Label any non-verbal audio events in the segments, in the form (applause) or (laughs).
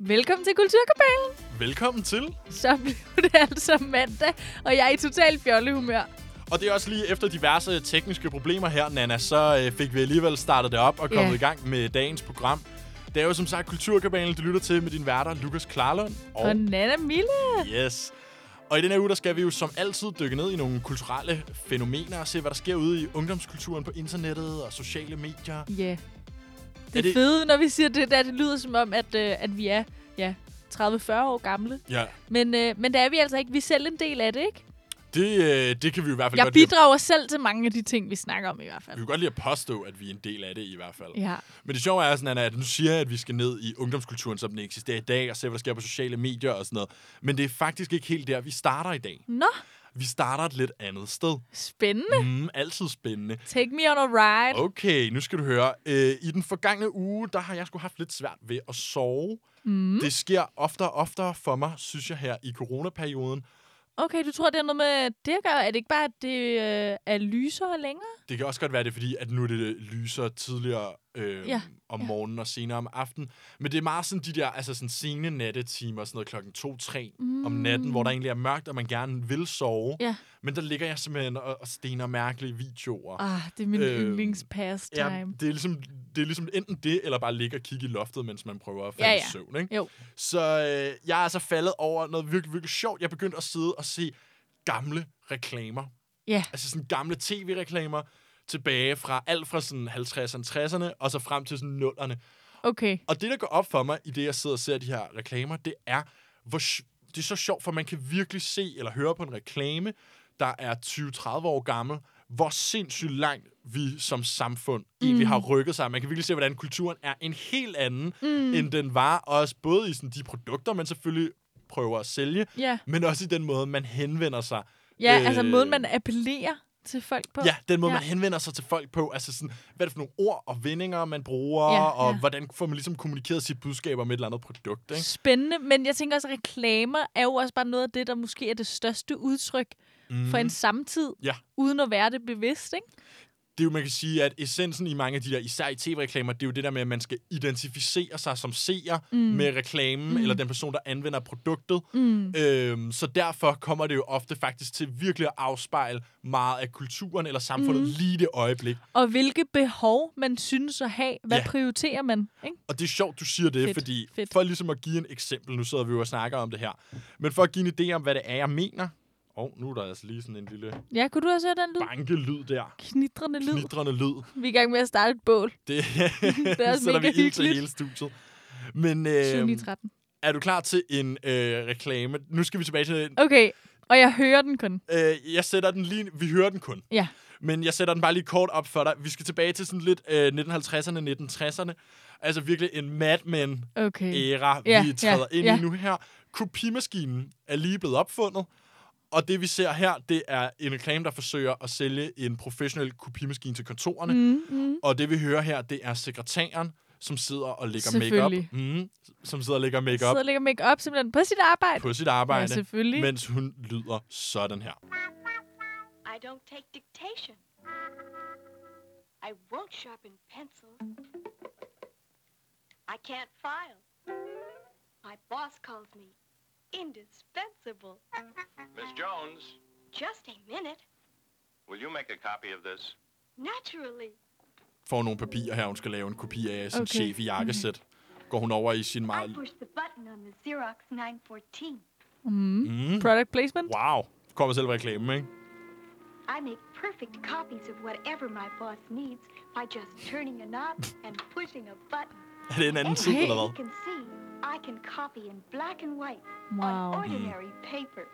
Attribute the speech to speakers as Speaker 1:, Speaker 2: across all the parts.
Speaker 1: Velkommen til Kulturkabalen.
Speaker 2: Velkommen til.
Speaker 1: Så (laughs) blev det altså mandag, og jeg er i total fjollehumør.
Speaker 2: Og det er også lige efter diverse tekniske problemer her, Nana, så øh, fik vi alligevel startet det op og
Speaker 1: Ja.
Speaker 2: kommet i gang med dagens program. Det er jo som sagt Kulturkabalen, du lytter til med din værter, Lukas Klarlund og
Speaker 1: Og Nana Mille.
Speaker 2: Yes. Og i den her uge, der skal vi jo som altid dykke ned i nogle kulturelle fænomener og se, hvad der sker ude i ungdomskulturen på internettet og sociale medier.
Speaker 1: Ja. Yeah. Det
Speaker 2: Er
Speaker 1: er
Speaker 2: det-
Speaker 1: fede, når vi siger det der, det lyder som om, at, øh, at vi er ja, 30-40 år gamle.
Speaker 2: Ja,
Speaker 1: Men, øh, men det er vi altså ikke. Vi er selv en del af det, ikke?
Speaker 2: det, øh, det kan vi jo i hvert fald
Speaker 1: Jeg
Speaker 2: godt lide.
Speaker 1: bidrager selv til mange af de ting, vi snakker om i hvert
Speaker 2: at-
Speaker 1: fald.
Speaker 2: Vi kan godt lide at påstå, at vi er en del af det i hvert fald.
Speaker 1: Ja.
Speaker 2: Men det sjove er sådan, Anna, at nu siger jeg, at vi skal ned i ungdomskulturen, som den eksisterer i dag, og se, hvad der sker på sociale medier og sådan noget. Men det er faktisk ikke helt der, vi starter i dag.
Speaker 1: Nå,
Speaker 2: Vi starter et lidt andet sted.
Speaker 1: spændende.
Speaker 2: Mm, altid spændende.
Speaker 1: Take me on a ride.
Speaker 2: Okay, nu skal du høre. Øh, I den forgangne uge, der har jeg sgu haft lidt svært ved at sove. Mm. Det sker oftere og oftere for mig, synes jeg her i coronaperioden.
Speaker 1: Okay, du tror, det er noget med det at gøre? Er det ikke bare, at det øh, er lysere længere?
Speaker 2: Det kan også godt være, det er fordi, at nu er det lyser tidligere øh,
Speaker 1: Ja,
Speaker 2: ja. om
Speaker 1: ja.
Speaker 2: morgenen og senere om aftenen. Men det er meget sådan de der altså sådan sene nattetimer, sådan noget klokken 2-3 mm. om natten, hvor der egentlig er mørkt, og man gerne vil sove.
Speaker 1: Ja.
Speaker 2: Men der ligger jeg simpelthen og, og stener mærkelige videoer.
Speaker 1: Ah, det er min øh,
Speaker 2: Øh,
Speaker 1: yndlingspastime.
Speaker 2: Ja, det er, ligesom, det er ligesom enten det, eller bare ligge og kigge i loftet, mens man prøver at falde
Speaker 1: Ja,
Speaker 2: ja,
Speaker 1: ja.
Speaker 2: ja. i søvn. Ikke?
Speaker 1: Jo.
Speaker 2: Så øh, jeg er altså faldet over noget virkelig, virkelig sjovt. Jeg begyndte at sidde og se gamle reklamer.
Speaker 1: Ja.
Speaker 2: Altså sådan gamle tv-reklamer tilbage fra alt fra sådan 50'erne, 60'erne og så frem til sådan 0'erne.
Speaker 1: Okay.
Speaker 2: Og det, der går op for mig i det, jeg sidder og ser de her reklamer, det er, hvor sj- det er så sjovt, for man kan virkelig se eller høre på en reklame, der er 20-30 år gammel, hvor sindssygt langt vi som samfund mm. egentlig har rykket sig. Man kan virkelig se, hvordan kulturen er en helt anden, mm. end den var, også både i sådan, de produkter, man selvfølgelig prøver at sælge,
Speaker 1: Ja,
Speaker 2: men også i den måde, man henvender sig.
Speaker 1: ja
Speaker 2: Øh,
Speaker 1: altså måden, man appellerer til folk på.
Speaker 2: Ja, den måde,
Speaker 1: Ja.
Speaker 2: ja. man henvender sig til folk på. Altså sådan, hvad er det for nogle ord og vendinger, man bruger,
Speaker 1: Ja,
Speaker 2: ja, og
Speaker 1: ja.
Speaker 2: ja. hvordan får man ligesom kommunikeret sit budskab om et eller andet produkt, ikke?
Speaker 1: Spændende, men jeg tænker også, at reklamer er jo også bare noget af det, der måske er det største udtryk mm. for en samtid,
Speaker 2: Mhm. Ja.
Speaker 1: uden at være det bevidst, ikke?
Speaker 2: Det er jo, man kan sige, at essensen i mange af de der, især i tv-reklamer, det er jo det der med, at man skal identificere sig som seer mm. med reklamen, mm. eller den person, der anvender produktet. Mm. Øhm, så derfor kommer det jo ofte faktisk til virkelig at afspejle meget af kulturen eller samfundet mm. lige i det øjeblik.
Speaker 1: Og hvilke behov man synes at have. Hvad ja.
Speaker 2: Ja.
Speaker 1: prioriterer man, ikke?
Speaker 2: Og det er sjovt, du siger det,
Speaker 1: Fedt,
Speaker 2: fedt, fordi
Speaker 1: fedt.
Speaker 2: fedt. for ligesom at give en eksempel, nu sidder vi jo og snakker om det her, men for at give en idé om, hvad det er, jeg mener. Og oh, nu er der altså lige sådan en lille
Speaker 1: Ja, kunne du også høre den lyd?
Speaker 2: bankelyd der.
Speaker 1: Knitrende lyd.
Speaker 2: Knitrende lyd.
Speaker 1: Vi er i gang med at starte et bål.
Speaker 2: (laughs) Det,
Speaker 1: Det er også
Speaker 2: sætter
Speaker 1: mega
Speaker 2: vi ild til
Speaker 1: hyggeligt.
Speaker 2: hele studiet. Men
Speaker 1: Øhm.
Speaker 2: øh,
Speaker 1: 13.
Speaker 2: er du klar til en øh, reklame? Nu skal vi tilbage til den.
Speaker 1: Okay, og jeg hører den kun.
Speaker 2: Øh, jeg sætter den lige... Vi hører den kun.
Speaker 1: Ja.
Speaker 2: Men jeg sætter den bare lige kort op for dig. Vi skal tilbage til sådan lidt øh, 1950'erne, 1960'erne. Altså virkelig en Mad Men
Speaker 1: Okay.
Speaker 2: æra,
Speaker 1: Mm. Ja,
Speaker 2: ja, vi
Speaker 1: ja,
Speaker 2: træder ja, ind
Speaker 1: ja.
Speaker 2: ja. i nu her. Kopimaskinen er lige blevet opfundet, og det vi ser her, det er en reklame, der forsøger at sælge en professionel kopimaskine til kontorerne.
Speaker 1: Mm, mm.
Speaker 2: Og det vi hører her, det er sekretæren, som sidder og lægger makeup,
Speaker 1: Selvfølgelig.
Speaker 2: mm, som sidder og lægger makeup
Speaker 1: Sidder og lægger make op simpelthen på sit arbejde.
Speaker 2: på sit
Speaker 1: ja,
Speaker 2: arbejde,
Speaker 1: selvfølgelig. Men...
Speaker 2: mens hun lyder sådan her.
Speaker 3: I don't take dictation. I won't sharpen pencils. I can't file. My boss calls me indispensable.
Speaker 4: Miss Jones,
Speaker 3: Just a minute.
Speaker 4: will you make a copy of this?
Speaker 3: Naturally.
Speaker 2: Får nogle papirer her, hun skal lave en kopi af
Speaker 1: Okay. Mhm.
Speaker 2: sin okay. chef i jakkesæt. Går hun over i sin
Speaker 3: I
Speaker 2: meget...
Speaker 3: push the button on the Xerox 914.
Speaker 2: Mm,
Speaker 1: Mm-hmm. Product placement.
Speaker 2: wow, kommer selv reklamen, ikke?
Speaker 3: I make perfect copies of whatever my boss needs by just turning a knob and pushing a button.
Speaker 2: Er det en anden tid,
Speaker 1: Hey.
Speaker 2: eller
Speaker 3: You
Speaker 2: hvad?
Speaker 3: can see I can copy in black and white
Speaker 1: Wow.
Speaker 3: on ordinary paper.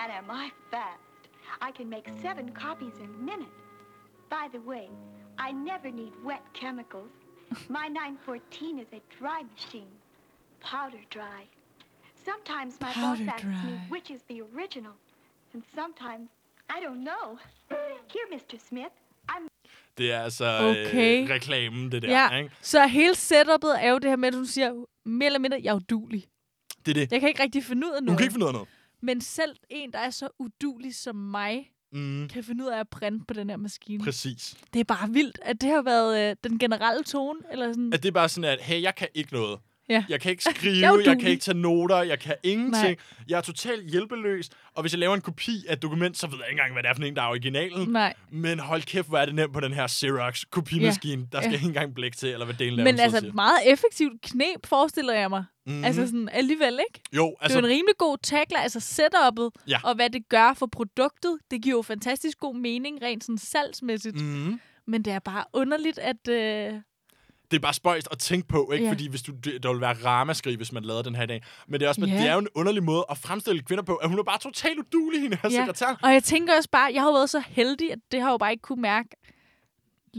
Speaker 3: And am I fast? I can make seven copies a minute. By the way, I never need wet
Speaker 1: (laughs)
Speaker 3: chemicals. My 914 is a dry machine, powder dry. Sometimes my
Speaker 1: Powder
Speaker 3: boss asks me
Speaker 1: dry.
Speaker 3: which is the original, and sometimes I don't know. Here, Mr. Smith, I'm
Speaker 2: Det er altså
Speaker 1: Okay.
Speaker 2: øh, reklamen, det der,
Speaker 1: Ja,
Speaker 2: ikke?
Speaker 1: så hele setup'et er jo det her med, at hun siger, mere eller mindre, jeg er udulig.
Speaker 2: Det er det.
Speaker 1: Jeg kan ikke rigtig finde ud af
Speaker 2: Hun
Speaker 1: noget.
Speaker 2: kan ikke finde ud af noget.
Speaker 1: Men selv en, der er så udulig som mig,
Speaker 2: Mm,
Speaker 1: kan finde ud af at printe på den her maskine.
Speaker 2: præcis.
Speaker 1: Det er bare vildt, at det har været øh, den generelle tone. Eller sådan.
Speaker 2: At det er bare sådan, at hey, jeg kan ikke noget.
Speaker 1: Ja. (laughs)
Speaker 2: Jeg kan ikke skrive,
Speaker 1: Jeg er jo
Speaker 2: jeg, jeg kan
Speaker 1: duelig.
Speaker 2: ikke tage noter, jeg kan ingenting.
Speaker 1: Nej.
Speaker 2: Jeg er totalt hjælpeløs, og hvis jeg laver en kopi af et dokument, så ved jeg ikke engang, hvad det er for en, der er originalen.
Speaker 1: Nej.
Speaker 2: Men hold kæft, hvor er det nemt på den her Xerox-kopimaskine. Ja. Der skal
Speaker 1: Ja.
Speaker 2: ikke engang blæk til, eller hvad delen
Speaker 1: Men altså, meget effektivt knep, forestiller jeg mig.
Speaker 2: Mhm.
Speaker 1: Mm-hmm. Altså sådan, alligevel ikke?
Speaker 2: Jo,
Speaker 1: Altså, det
Speaker 2: altså,
Speaker 1: er jo en rimelig god tagline, altså setup'et,
Speaker 2: Ja.
Speaker 1: og hvad det gør for produktet. Det giver jo fantastisk god mening, rent sådan salgsmæssigt. Mm.
Speaker 2: mm,
Speaker 1: Men det er bare underligt, at... Øh,
Speaker 2: det er bare spøjst at tænke på, ikke?
Speaker 1: Ja.
Speaker 2: Fordi hvis du, det, der ville være ramaskrig, hvis man lavede den her i dag. Men det er også, men
Speaker 1: Ja.
Speaker 2: det er jo en underlig måde at fremstille kvinder på, at hun er bare totalt udulig, hende her sekretær.
Speaker 1: Og jeg tænker også bare, jeg har jo været så heldig, at det har jeg jo bare ikke kunne mærke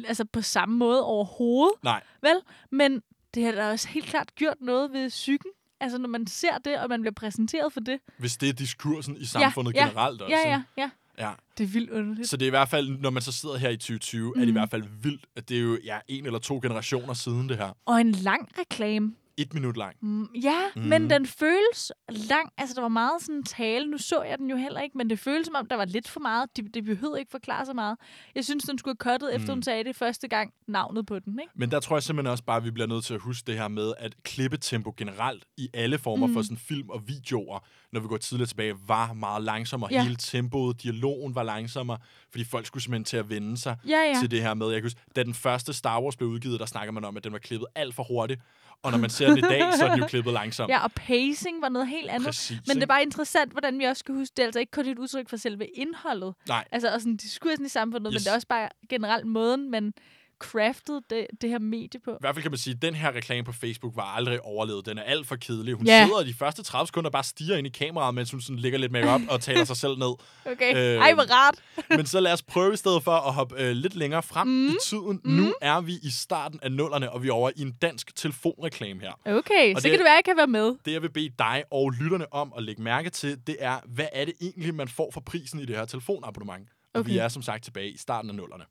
Speaker 1: altså på samme måde overhovedet,
Speaker 2: Nej.
Speaker 1: vel? Men det har da også helt klart gjort noget ved psyken. Altså, når man ser det, og man bliver præsenteret for det.
Speaker 2: hvis det er diskursen i samfundet
Speaker 1: ja,
Speaker 2: generelt også.
Speaker 1: Ja, ja, ja.
Speaker 2: ja.
Speaker 1: Det er vildt underligt.
Speaker 2: Så det er i hvert fald, når man så sidder her i 2020, mm. er det i
Speaker 1: Mhm.
Speaker 2: hvert fald vildt, at det er jo ja, en eller to generationer siden det her.
Speaker 1: Og en lang reklame.
Speaker 2: Et minut lang.
Speaker 1: Mm, Ja, mm. men den føles lang. Altså, der var meget sådan tale. Nu så jeg den jo heller ikke, men det føles som om, der var lidt for meget. Det, det behøvede ikke forklare så meget. Jeg synes, den skulle have cuttet, efter hun sagde det første gang, navnet på den, ikke?
Speaker 2: Men der tror jeg simpelthen også bare, at vi bliver nødt til at huske det her med, at klippetempo generelt i alle former mm. for sådan film og videoer, når vi går tidligere tilbage, var meget langsommere. Ja.
Speaker 1: Ja.
Speaker 2: Hele tempoet, dialogen var langsommere, fordi folk skulle simpelthen til at vende sig
Speaker 1: Ja, ja.
Speaker 2: til det her med. Jeg kan huske, da den første Star Wars blev udgivet, der snakker man om, at den var klippet alt for hurtigt. Og når man ser den i dag, så er den jo klippet langsomt.
Speaker 1: (laughs) Ja, og pacing var noget helt andet.
Speaker 2: Præcis,
Speaker 1: men det
Speaker 2: ikke?
Speaker 1: er bare interessant, hvordan vi også skal huske, det er altså ikke kun et udtryk for selve indholdet.
Speaker 2: Nej.
Speaker 1: Altså også sådan diskursen i samfundet,
Speaker 2: Yes.
Speaker 1: men det er også bare generelt måden, man craftede det, det her medie på.
Speaker 2: I hvert fald kan man sige, at den her reklame på Facebook var aldrig overlevet. Den er alt for kedelig. Hun
Speaker 1: Ja.
Speaker 2: sidder de første 30 sekunder og bare stiger ind i kameraet, mens hun sådan lægger lidt makeup og taler sig selv ned.
Speaker 1: (laughs) Okay,
Speaker 2: Øh,
Speaker 1: øh, ej hvor rart.
Speaker 2: (laughs) Men så lad os prøve i stedet for at hoppe øh, lidt længere frem mm. i tiden. Mm. Nu er vi i starten af nullerne, og vi er over i en dansk telefonreklame her.
Speaker 1: Okay,
Speaker 2: og
Speaker 1: så
Speaker 2: det-
Speaker 1: det, kan det være, jeg kan være med.
Speaker 2: Det, jeg vil bede dig og lytterne om at lægge mærke til, det er, hvad er det egentlig, man får for prisen i det her telefonabonnement? Og okay. vi
Speaker 1: Okay.
Speaker 2: er som sagt tilbage i starten af nullerne.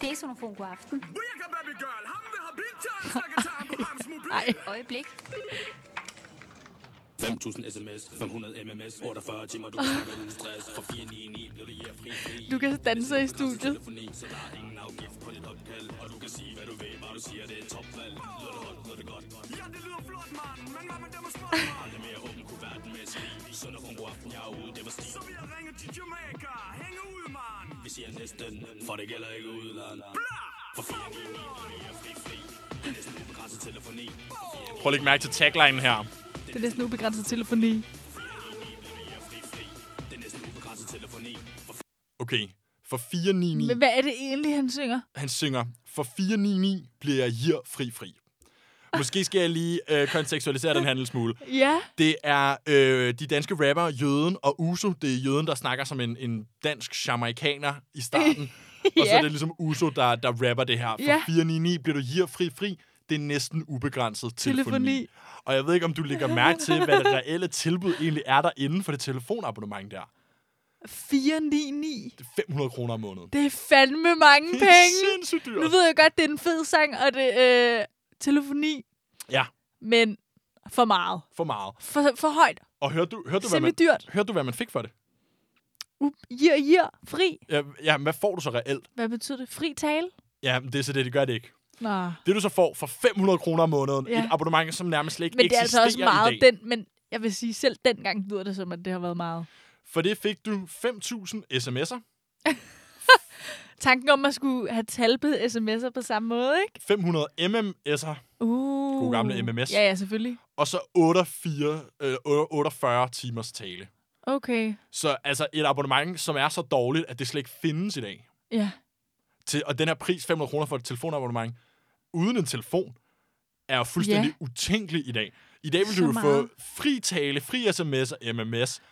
Speaker 5: Det er sonofon god aften.
Speaker 1: Ej.
Speaker 6: (laughs)
Speaker 5: Øjeblik.
Speaker 6: 5.000 sms, 500 mms, 48 timer, du snakker uden stress. For 499 bliver det her fri.
Speaker 1: Du kan danse i studiet.
Speaker 6: Telefoni, så der er ingen afgift på dit opkald. Og du kan sige, hvad du vil, bare du siger, det er topvalg. Lyder det hårdt, lyder det godt. Ja, det lyder flot, mand. Men hvad med dem og smart, mand? Det mere åben kunne verden med et skib. Søndag om god aften, jeg er ude, det var stil. Så vi har ringet til Jamaica. Hænge ud, mand. Vi siger næsten, for det gælder ikke udland. Bla! For 499 bliver det her fri, fri. Det er næsten ubegrænset telefoni.
Speaker 2: Prøv at lægge mærke til taglinen her.
Speaker 1: Det er næsten ubegrænset telefoni.
Speaker 6: Det er næsten ubegrænset telefoni. For
Speaker 2: Okay, for 499...
Speaker 1: Men hvad er det egentlig, han synger?
Speaker 2: han synger, for 499 bliver jeg hier fri fri. Måske skal jeg lige øh, kontekstualisere den her en lille smule.
Speaker 1: Ja.
Speaker 2: Det er øh, de danske rapper Jøden og Uso. Det er Jøden, der snakker som en, en dansk jamaikaner i
Speaker 1: (laughs)
Speaker 2: starten. ja. Og så er
Speaker 1: Ja.
Speaker 2: det ligesom Uso, der, der rapper det her. For
Speaker 1: Ja.
Speaker 2: 499 bliver du hier fri fri. Det er næsten ubegrænset telefoni. telefoni.
Speaker 1: Telefoni.
Speaker 2: Og jeg ved ikke, om du lægger mærke til, hvad det reelle tilbud egentlig er derinde for det telefonabonnement der.
Speaker 1: 499.
Speaker 2: Det er 500 kroner om måneden.
Speaker 1: Det er fandme mange penge.
Speaker 2: Det er sindssygt dyrt.
Speaker 1: Nu ved jeg godt, det er en fed sang, og det er øh, telefoni,
Speaker 2: Ja,
Speaker 1: men for meget.
Speaker 2: for meget.
Speaker 1: For, for højt.
Speaker 2: Og hørte du, hørte du, hvad, man,
Speaker 1: Simpelthen dyrt.
Speaker 2: hørte du hvad man fik for det?
Speaker 1: Up, jir, jir, fri.
Speaker 2: Ja, ja, men hvad får du så reelt?
Speaker 1: Hvad betyder det? Fri tale?
Speaker 2: Ja, men det er så det, det gør det ikke.
Speaker 1: Nå.
Speaker 2: Det, du så får for 500 kroner om måneden, ja.
Speaker 1: Ja.
Speaker 2: et abonnement, som nærmest slet ikke
Speaker 1: Men det er
Speaker 2: eksisterer
Speaker 1: altså også
Speaker 2: i
Speaker 1: meget
Speaker 2: dag.
Speaker 1: den, men jeg vil sige, selv dengang lyder det som, at det har været meget.
Speaker 2: For det fik du 5.000 sms'er,
Speaker 1: Tanken om at skulle have talpet sms'er på samme måde, ikke?
Speaker 2: 500 mms'er,
Speaker 1: Uh.
Speaker 2: God gamle MMS.
Speaker 1: Ja, ja, selvfølgelig.
Speaker 2: og så 48, øh, 48 timers tale.
Speaker 1: Okay.
Speaker 2: Så altså et abonnement, som er så dårligt, at det slet ikke findes i dag.
Speaker 1: Ja.
Speaker 2: Til, og den her pris, 500 kroner for et telefonabonnement, uden en telefon, er jo fuldstændig ja. utænkelig i dag. I dag vil
Speaker 1: Så
Speaker 2: du jo få
Speaker 1: meget.
Speaker 2: fri tale, fri sms og mms.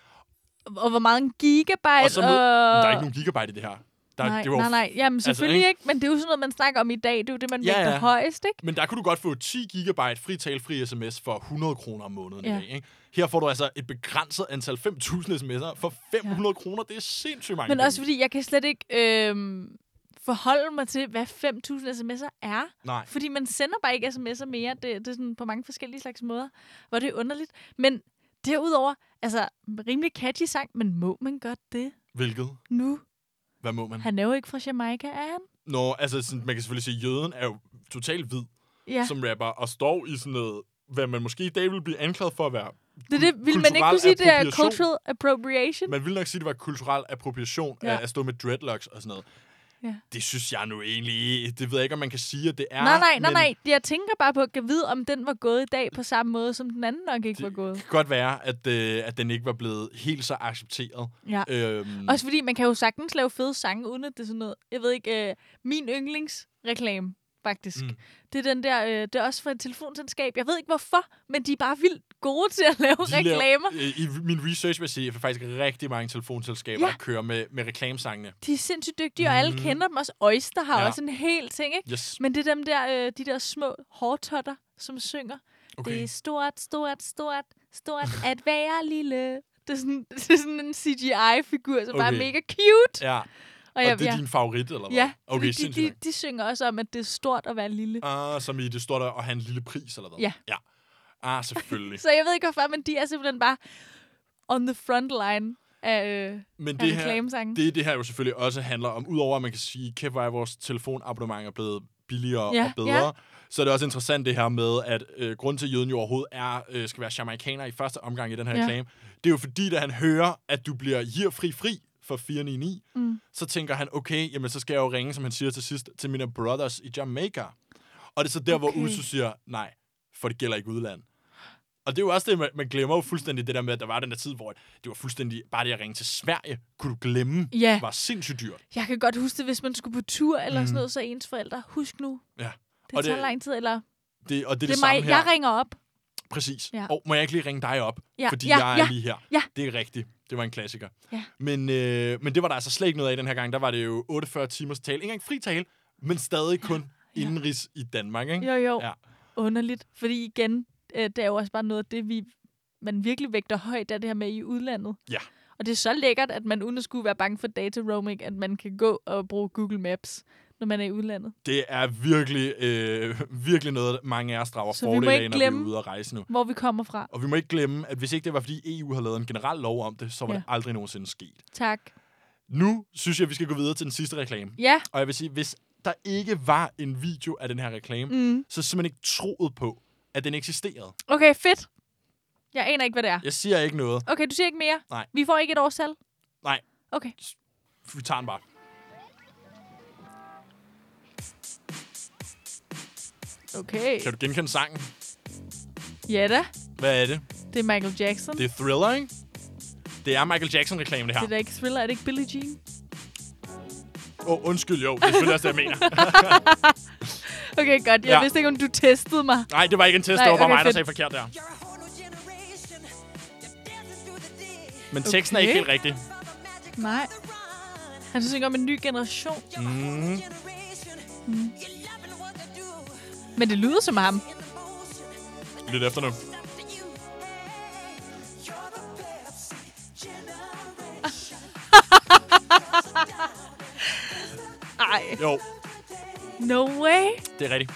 Speaker 1: Og hvor meget en gigabyte?
Speaker 2: Og så mod,
Speaker 1: og...
Speaker 2: der er ikke nogen gigabyte i det her. Der,
Speaker 1: Nej,
Speaker 2: det var jo
Speaker 1: nej, nej. Jamen selvfølgelig
Speaker 2: ikke-
Speaker 1: altså, ikke. men det er jo sådan noget, man snakker om i dag. Det er jo det, man
Speaker 2: Ja,
Speaker 1: ja, vægter
Speaker 2: ja.
Speaker 1: ja. højst, ikke?
Speaker 2: Men der kunne du godt få 10 gigabyte fri tale, fri sms for 100 kroner om måneden ja.
Speaker 1: Ja.
Speaker 2: i dag. Ikke? Her får du altså et begrænset antal 5.000 sms'er for 500 ja. kroner. Det er sindssygt mange
Speaker 1: Men også
Speaker 2: penge.
Speaker 1: fordi, jeg kan slet ikke øh, forholde mig til, hvad 5.000 sms'er er.
Speaker 2: Nej.
Speaker 1: Fordi man sender bare ikke sms'er mere. Det, det er sådan på mange forskellige slags måder, hvor det er underligt. Men derudover, altså rimelig catchy sang, men må man godt det
Speaker 2: Hvilket?
Speaker 1: nu?
Speaker 2: Hvad må man? Han...
Speaker 1: Han er jo ikke fra Jamaica, er han?
Speaker 2: Nå, altså sådan, man kan selvfølgelig sige, at jøden er jo totalt hvid.
Speaker 1: Ja.
Speaker 2: som rapper, og står i sådan noget, hvad man måske i dag vil blive anklaget for at være.
Speaker 1: Det, er det vil man ikke
Speaker 2: kulturel
Speaker 1: kunne sige, det er
Speaker 2: appropriation.
Speaker 1: cultural appropriation?
Speaker 2: Man ville nok sige, det var kulturel appropriation ja.
Speaker 1: Ja.
Speaker 2: af at stå med dreadlocks og sådan noget.
Speaker 1: Ja.
Speaker 2: Det synes jeg nu egentlig, det ved jeg ikke, om man kan sige, at det er.
Speaker 1: Nej, nej, nej,
Speaker 2: men
Speaker 1: nej. Jeg tænker bare på, at jeg ved, om den var gået i dag på samme måde, som den anden nok ikke var
Speaker 2: Det
Speaker 1: gået.
Speaker 2: kan godt være, at, øh, at den ikke var blevet helt så accepteret.
Speaker 1: Ja.
Speaker 2: Øhm,
Speaker 1: Også fordi man kan jo sagtens lave fede sange, uden at det er sådan noget. Jeg ved ikke, øh, min yndlingsreklame, faktisk.
Speaker 2: Mm.
Speaker 1: Mm. Det er den der, øh, det er også fra et telefonselskab. Jeg ved ikke hvorfor, men de er bare vildt gode til at (laughs) lave
Speaker 2: de laver-
Speaker 1: reklamer.
Speaker 2: øh, I min research vil jeg sige, at der faktisk er rigtig mange telefonselskaber, ja.
Speaker 1: Ja.
Speaker 2: der kører med, med reklamesangene.
Speaker 1: De er sindssygt dygtige, og alle
Speaker 2: Mhm.
Speaker 1: kender dem. Også Oyster har
Speaker 2: Ja.
Speaker 1: ja. også en hel ting, ikke?
Speaker 2: Yes.
Speaker 1: Men det er dem der, øh, de der små hårtotter, som synger.
Speaker 2: Okay.
Speaker 1: Okay. Det er stort, stort, stort, stort (laughs) at være lille. Det er sådan, (laughs) det er sådan en CGI-figur, som okay. bare
Speaker 2: Okay.
Speaker 1: er mega cute.
Speaker 2: Ja.
Speaker 1: Og,
Speaker 2: Og det er din favorit, eller hvad?
Speaker 1: Ja,
Speaker 2: Okay,
Speaker 1: okay, de,
Speaker 2: sindssygt.
Speaker 1: de, de synger også om, at det er stort at være lille.
Speaker 2: Ah, som i, det står der at have en lille pris, eller hvad?
Speaker 1: Ja.
Speaker 2: ja. Ah, selvfølgelig.
Speaker 1: Så jeg ved ikke hvorfor, men de er simpelthen bare on the front line af, øh,
Speaker 2: Men
Speaker 1: af
Speaker 2: det her,
Speaker 1: reklamesangen.
Speaker 2: det, det her jo selvfølgelig også handler om, udover at man kan sige, kæft, hvor er vores telefonabonnement er blevet billigere ja,
Speaker 1: Ja,
Speaker 2: og bedre, ja.
Speaker 1: ja.
Speaker 2: så er det også interessant det her med, at øh, grund til, at jøden jo overhovedet er, øh, skal være jamaikaner i første omgang i den her ja.
Speaker 1: Ja.
Speaker 2: reklame, det er jo fordi, da han hører, at du bliver jirfri fri for 499, mm. så tænker han, okay, jamen så skal jeg jo ringe, som han siger til sidst, til mine brothers i Jamaica. Og det er så der, okay. hvor
Speaker 1: Okay.
Speaker 2: Usu siger, nej, for det gælder ikke udland. Og det er jo også det, man, man glemmer jo fuldstændig det der med, at der var den der tid, hvor det var fuldstændig, bare det at ringe til Sverige, kunne du glemme,
Speaker 1: Ja.
Speaker 2: var sindssygt dyrt.
Speaker 1: Jeg kan godt huske det, hvis man skulle på tur eller
Speaker 2: Mhm.
Speaker 1: mm. sådan noget, så ens forældre, husk nu,
Speaker 2: Ja.
Speaker 1: det tager lang tid, eller det,
Speaker 2: det, og det er det,
Speaker 1: det er
Speaker 2: samme
Speaker 1: mig,
Speaker 2: her.
Speaker 1: jeg ringer op.
Speaker 2: Præcis. Ja.
Speaker 1: Ja.
Speaker 2: Og må jeg ikke lige ringe dig op?
Speaker 1: Ja,
Speaker 2: Fordi
Speaker 1: ja,
Speaker 2: jeg er
Speaker 1: ja,
Speaker 2: lige her.
Speaker 1: ja.
Speaker 2: Det er rigtigt. Det var en klassiker.
Speaker 1: Ja.
Speaker 2: Men, øh, men det var der altså slet ikke noget af den her gang. Der var det jo 48 timers tale. Ikke engang fri tale, men stadig kun ja. indenrigs i Danmark. Ikke?
Speaker 1: Jo, jo,
Speaker 2: Ja.
Speaker 1: ja. underligt. Fordi igen, øh, det er jo også bare noget af det, vi, man virkelig vægter højt af det her med i udlandet.
Speaker 2: Ja.
Speaker 1: Og det er så lækkert, at man uden at skulle være bange for data roaming, at man kan gå og bruge Google Maps, når man er i udlandet.
Speaker 2: Det er virkelig, øh, virkelig noget, mange af os drager
Speaker 1: Så vi må
Speaker 2: fordel af,
Speaker 1: ikke
Speaker 2: når vi er
Speaker 1: glemme-
Speaker 2: ude at rejse nu.
Speaker 1: Hvor vi kommer fra.
Speaker 2: Og vi må ikke glemme, at hvis ikke det var, fordi EU havde lavet en generel lov om det, så var ja.
Speaker 1: Ja.
Speaker 2: det aldrig nogensinde sket.
Speaker 1: Tak.
Speaker 2: Nu synes jeg, vi skal gå videre til den sidste reklame.
Speaker 1: Ja,
Speaker 2: Og jeg vil sige, hvis der ikke var en video af den her reklame, mm. så simpelthen ikke troet på, at den eksisterede.
Speaker 1: okay, fedt. Jeg aner ikke, hvad det er.
Speaker 2: Jeg siger ikke noget.
Speaker 1: Okay, du siger ikke mere?
Speaker 2: Nej.
Speaker 1: Vi får ikke et årstal?
Speaker 2: Nej,
Speaker 1: Okay.
Speaker 2: vi tager den bare.
Speaker 1: Okay.
Speaker 2: Kan du genkende sangen?
Speaker 1: Ja da.
Speaker 2: Hvad er det?
Speaker 1: Det er Michael Jackson. Det,
Speaker 2: Det er Thriller, ikke? Det er Michael Jackson-reklame, det
Speaker 1: det
Speaker 2: her.
Speaker 1: er da ikke thriller. Er det ikke Billie Jean?
Speaker 2: Åh, oh, undskyld, jo. Det er selvfølgelig også det, jeg mener.
Speaker 1: Okay, godt. Jeg
Speaker 2: Ja.
Speaker 1: ja. vidste ikke, om du testede mig.
Speaker 2: Nej, det var ikke en test.
Speaker 1: Nej,
Speaker 2: det var bare
Speaker 1: okay,
Speaker 2: mig, der
Speaker 1: fedt.
Speaker 2: sagde forkert der.
Speaker 7: You're a whole new generation that's dancing through the day.
Speaker 2: Men teksten er ikke
Speaker 1: Okay.
Speaker 2: helt rigtig.
Speaker 7: For the magic
Speaker 1: Nej.
Speaker 7: of the run.
Speaker 1: Han synger om en ny generation.
Speaker 7: You're a whole new generation. You're loving what they do.
Speaker 1: Men det lyder som ham.
Speaker 7: In the motion.
Speaker 2: Lyt efter nu.
Speaker 7: It's up to you. Hey, you're the Pepsi generation.
Speaker 1: Ej.
Speaker 2: Jo,
Speaker 1: No way.
Speaker 2: det er rigtigt.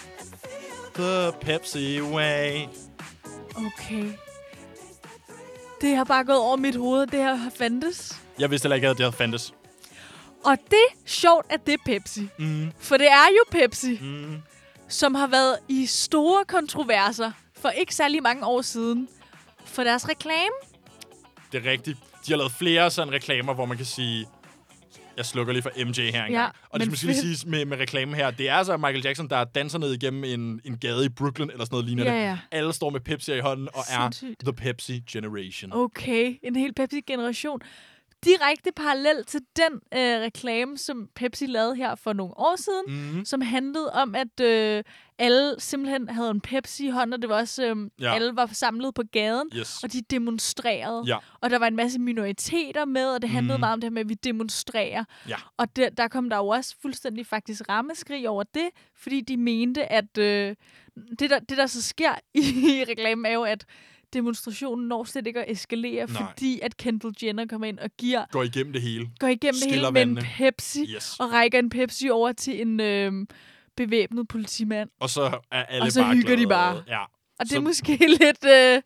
Speaker 2: The Pepsi Way.
Speaker 1: Okay. Det har bare gået over mit hoved. Det her har fandtes.
Speaker 2: Jeg vidste heller ikke, at det havde fandtes.
Speaker 1: Og det er sjovt, at det er Pepsi. Mm. For det er jo Pepsi, mm. som har været i store kontroverser for ikke særlig mange år siden for deres reklame.
Speaker 2: Det er rigtigt. De har lavet flere sådan reklamer, hvor man kan sige, jeg slukker lige for MJ her engang. Ja,
Speaker 1: Ja,
Speaker 2: og det skal
Speaker 1: men
Speaker 2: måske lige
Speaker 1: fedt.
Speaker 2: siges med, med reklamen her. Det er altså Michael Jackson, der danser ned igennem en, en gade i Brooklyn, eller sådan noget lignende.
Speaker 1: Ja, ja.
Speaker 2: Alle står med Pepsi i hånden og
Speaker 1: Sindssygt.
Speaker 2: er The Pepsi Generation. Oh.
Speaker 1: Okay, en hel Pepsi-generation. Direkte parallel til den øh, reklame, som Pepsi lavede her for nogle år siden, mm. som handlede om, at øh, alle simpelthen havde en Pepsi i hånden, og det var også, øh,
Speaker 2: Ja.
Speaker 1: ja. alle var samlet på gaden,
Speaker 2: Yes.
Speaker 1: og de demonstrerede.
Speaker 2: Ja.
Speaker 1: Og der var en masse minoriteter med, og det handlede mm. meget om det her med, at vi demonstrerer.
Speaker 2: Ja.
Speaker 1: Og der, der kom der jo også fuldstændig faktisk rammeskrig over det, fordi de mente, at øh, det, der, det, der så sker (laughs) i, i reklamen, er jo, at demonstrationen når slet ikke at eskalere,
Speaker 2: Nej.
Speaker 1: Nej. fordi at Kendall Jenner kommer ind og giver,
Speaker 2: Går igennem det hele.
Speaker 1: går igennem det
Speaker 2: Skiller
Speaker 1: hele med en
Speaker 2: vandene.
Speaker 1: Pepsi,
Speaker 2: Yes.
Speaker 1: og rækker en Pepsi over til en øh, bevæbnet politimand.
Speaker 2: Og så er alle
Speaker 1: Og så
Speaker 2: bare
Speaker 1: hygger de
Speaker 2: glade.
Speaker 1: bare.
Speaker 2: Ja.
Speaker 1: Og det
Speaker 2: Så-
Speaker 1: er måske (laughs) lidt, øh,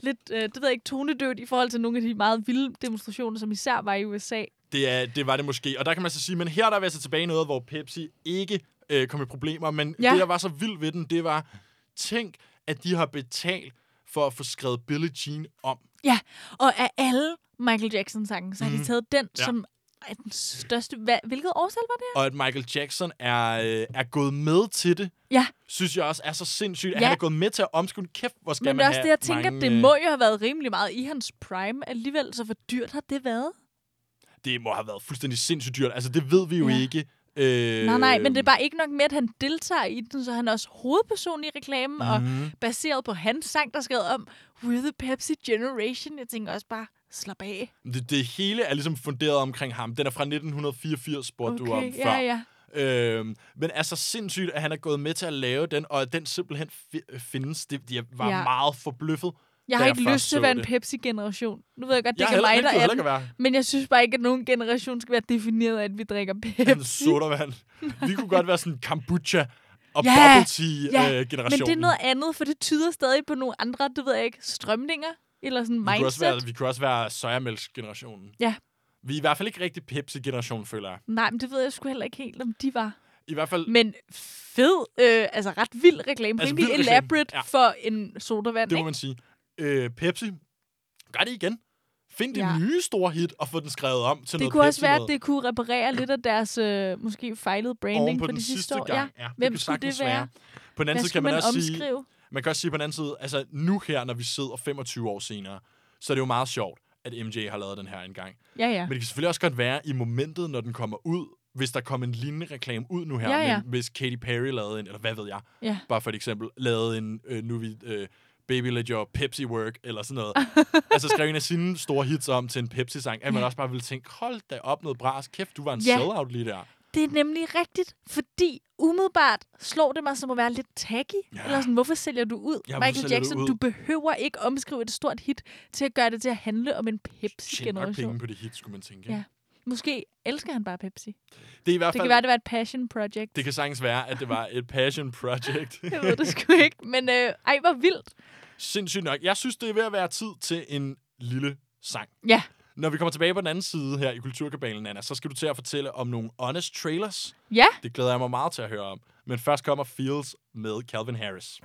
Speaker 1: lidt øh, det ved jeg ikke, tonedødt i forhold til nogle af de meget vilde demonstrationer, som især var i USA.
Speaker 2: Det, er, det var det måske. Og der kan man så sige, men her der er vi altså tilbage i noget, hvor Pepsi ikke øh, komme i problemer. Men ja.
Speaker 1: Ja.
Speaker 2: det, jeg var så vild ved den, det var, tænk, at de har betalt for at få skrevet Billie Jean om.
Speaker 1: Ja, og af alle Michael Jackson-sange, så har de taget den,
Speaker 2: Mm. Ja.
Speaker 1: ja. som er den største... Hvad, hvilket årsal var det her?
Speaker 2: Og at Michael Jackson er, øh, er gået med til det,
Speaker 1: Ja,
Speaker 2: synes jeg også er så sindssygt, ja. at
Speaker 1: Ja.
Speaker 2: han er gået med til at omskue Kæft, hvor skal
Speaker 1: men det
Speaker 2: man
Speaker 1: er også
Speaker 2: have
Speaker 1: det, jeg tænker,
Speaker 2: mange,
Speaker 1: det
Speaker 2: øh,
Speaker 1: må jo have været rimelig meget i hans prime alligevel, så hvor dyrt har det været?
Speaker 2: øh, det må have været fuldstændig sindssygt dyrt. Altså, det ved vi jo ja.
Speaker 1: Ja.
Speaker 2: ikke. Øh,
Speaker 1: Nej, nej, men det er bare ikke nok med, at han deltager i den, så han er også hovedperson i reklamen, mm. og
Speaker 2: Mhm.
Speaker 1: baseret på hans sang, der skrev om We're the Pepsi Generation. Jeg tænker også bare, slap af.
Speaker 2: Det, det hele er ligesom funderet omkring ham. Den er fra 1984, spurgte du om
Speaker 1: Okay,
Speaker 2: før.
Speaker 1: ja, ja.
Speaker 2: Øhm, men altså sindssygt, at han er gået med til at lave den, og at den simpelthen fi- findes. Det, jeg var ja.
Speaker 1: Ja.
Speaker 2: meget forbløffet.
Speaker 1: Jeg
Speaker 2: da
Speaker 1: har ikke
Speaker 2: først
Speaker 1: lyst til
Speaker 2: så
Speaker 1: at være en
Speaker 2: det.
Speaker 1: Pepsi-generation. Nu ved jeg godt, det
Speaker 2: Jeg
Speaker 1: ikke er
Speaker 2: heller-
Speaker 1: mig,
Speaker 2: det
Speaker 1: der
Speaker 2: kunne jeg
Speaker 1: er
Speaker 2: heller ikke
Speaker 1: den,
Speaker 2: være.
Speaker 1: men jeg synes bare ikke, at nogen generation skal være defineret af, at vi drikker
Speaker 2: (laughs) Den
Speaker 1: Pepsi.
Speaker 2: sodavand. Vi kunne godt være sådan kombucha og
Speaker 1: Ja,
Speaker 2: bubble tea-generationen. Øh,
Speaker 1: men det er
Speaker 2: generationen.
Speaker 1: noget andet, for det tyder stadig på nogle andre, det ved jeg ikke, strømninger eller sådan
Speaker 2: vi, kunne også
Speaker 1: mindset.
Speaker 2: være, vi kunne også være sojamælksgenerationen.
Speaker 1: Ja,
Speaker 2: Vi er i hvert fald ikke rigtig Pepsi-generationen, føler jeg.
Speaker 1: nej, men det ved jeg sgu heller ikke helt, om de var.
Speaker 2: I hvert fald,
Speaker 1: Men fed, øh, altså ret vild reklame,
Speaker 2: Altså,
Speaker 1: altså, rimelig
Speaker 2: vild reklame,
Speaker 1: elaborate
Speaker 2: ja.
Speaker 1: ja. for en sodavand,
Speaker 2: det må
Speaker 1: ikke?
Speaker 2: man sige. Øh, Pepsi, gør det igen. Find det
Speaker 1: Ja.
Speaker 2: nye store hit og få den skrevet om til noget
Speaker 1: Det kunne også
Speaker 2: Pepsi
Speaker 1: være, at
Speaker 2: noget.
Speaker 1: det kunne reparere lidt af deres øh, måske fejlede
Speaker 2: oven
Speaker 1: branding
Speaker 2: på
Speaker 1: for
Speaker 2: den
Speaker 1: de sidste
Speaker 2: sidste
Speaker 1: år.
Speaker 2: gang.
Speaker 1: Ja.
Speaker 2: det
Speaker 1: Hvem
Speaker 2: kunne
Speaker 1: skulle det
Speaker 2: sagtens
Speaker 1: være?
Speaker 2: På den
Speaker 1: Hvad
Speaker 2: anden side kan
Speaker 1: skulle
Speaker 2: man,
Speaker 1: man
Speaker 2: også sige,
Speaker 1: omskrive?
Speaker 2: man kan også sige på den anden side, altså nu her, når vi sidder 25 år senere, så er det jo meget sjovt, at MJ har lavet den her engang.
Speaker 1: Ja, ja.
Speaker 2: Men det kan selvfølgelig også godt være i momentet, når den kommer ud, hvis der kom en lignende reklame ud nu her,
Speaker 1: Ja, ja.
Speaker 2: Men hvis Katy Perry lavede en, eller hvad ved jeg,
Speaker 1: Ja.
Speaker 2: bare for et eksempel, lavede en, øh, nu er vi, øh, Baby Let Your Pepsi Work, eller sådan
Speaker 1: (laughs)
Speaker 2: noget. altså skrev en af sine store hits om til en Pepsi-sang, at man også bare ville tænke, hold da op noget bras, kæft, du var en
Speaker 1: Ja.
Speaker 2: sellout lige der.
Speaker 1: Det er nemlig rigtigt, fordi umiddelbart slår det mig som at være lidt taggy.
Speaker 2: Ja.
Speaker 1: Ja. Eller sådan, hvorfor sælger du ud?
Speaker 2: Ja, hvorfor sælger
Speaker 1: Michael
Speaker 2: du
Speaker 1: Jackson,
Speaker 2: ud?
Speaker 1: du, behøver ikke omskrive et stort hit til at gøre det til at handle om en
Speaker 2: Tjent nok penge
Speaker 1: Pepsi-generation.
Speaker 2: på det hit, skulle man tænke.
Speaker 1: Ja. Måske elsker han bare Pepsi.
Speaker 2: Det er i hvert
Speaker 1: Det
Speaker 2: fald...
Speaker 1: kan være, det var et passion project.
Speaker 2: Det kan sagtens være, at det var et passion project.
Speaker 1: (laughs) Jeg ved det sgu ikke, men øh, ej, hvor vildt.
Speaker 2: Sindssygt nok. Jeg synes, det er ved at være tid til en lille sang.
Speaker 1: Ja,
Speaker 2: Når vi kommer tilbage på den anden side her i Kulturkabalen, Anna, så skal du til at fortælle om nogle honest trailers.
Speaker 1: ja. (laughs)
Speaker 2: Det glæder jeg mig meget til at høre om. Men først kommer Fields med Calvin Harris.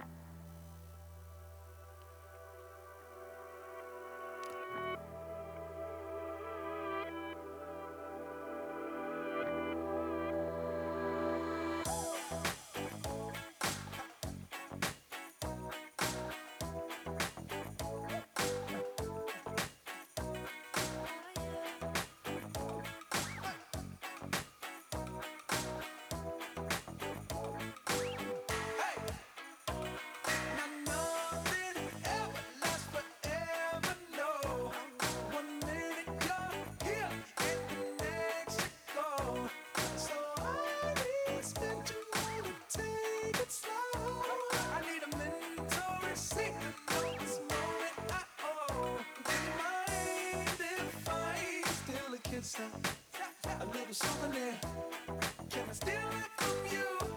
Speaker 7: A little souvenir. Can I steal it from you?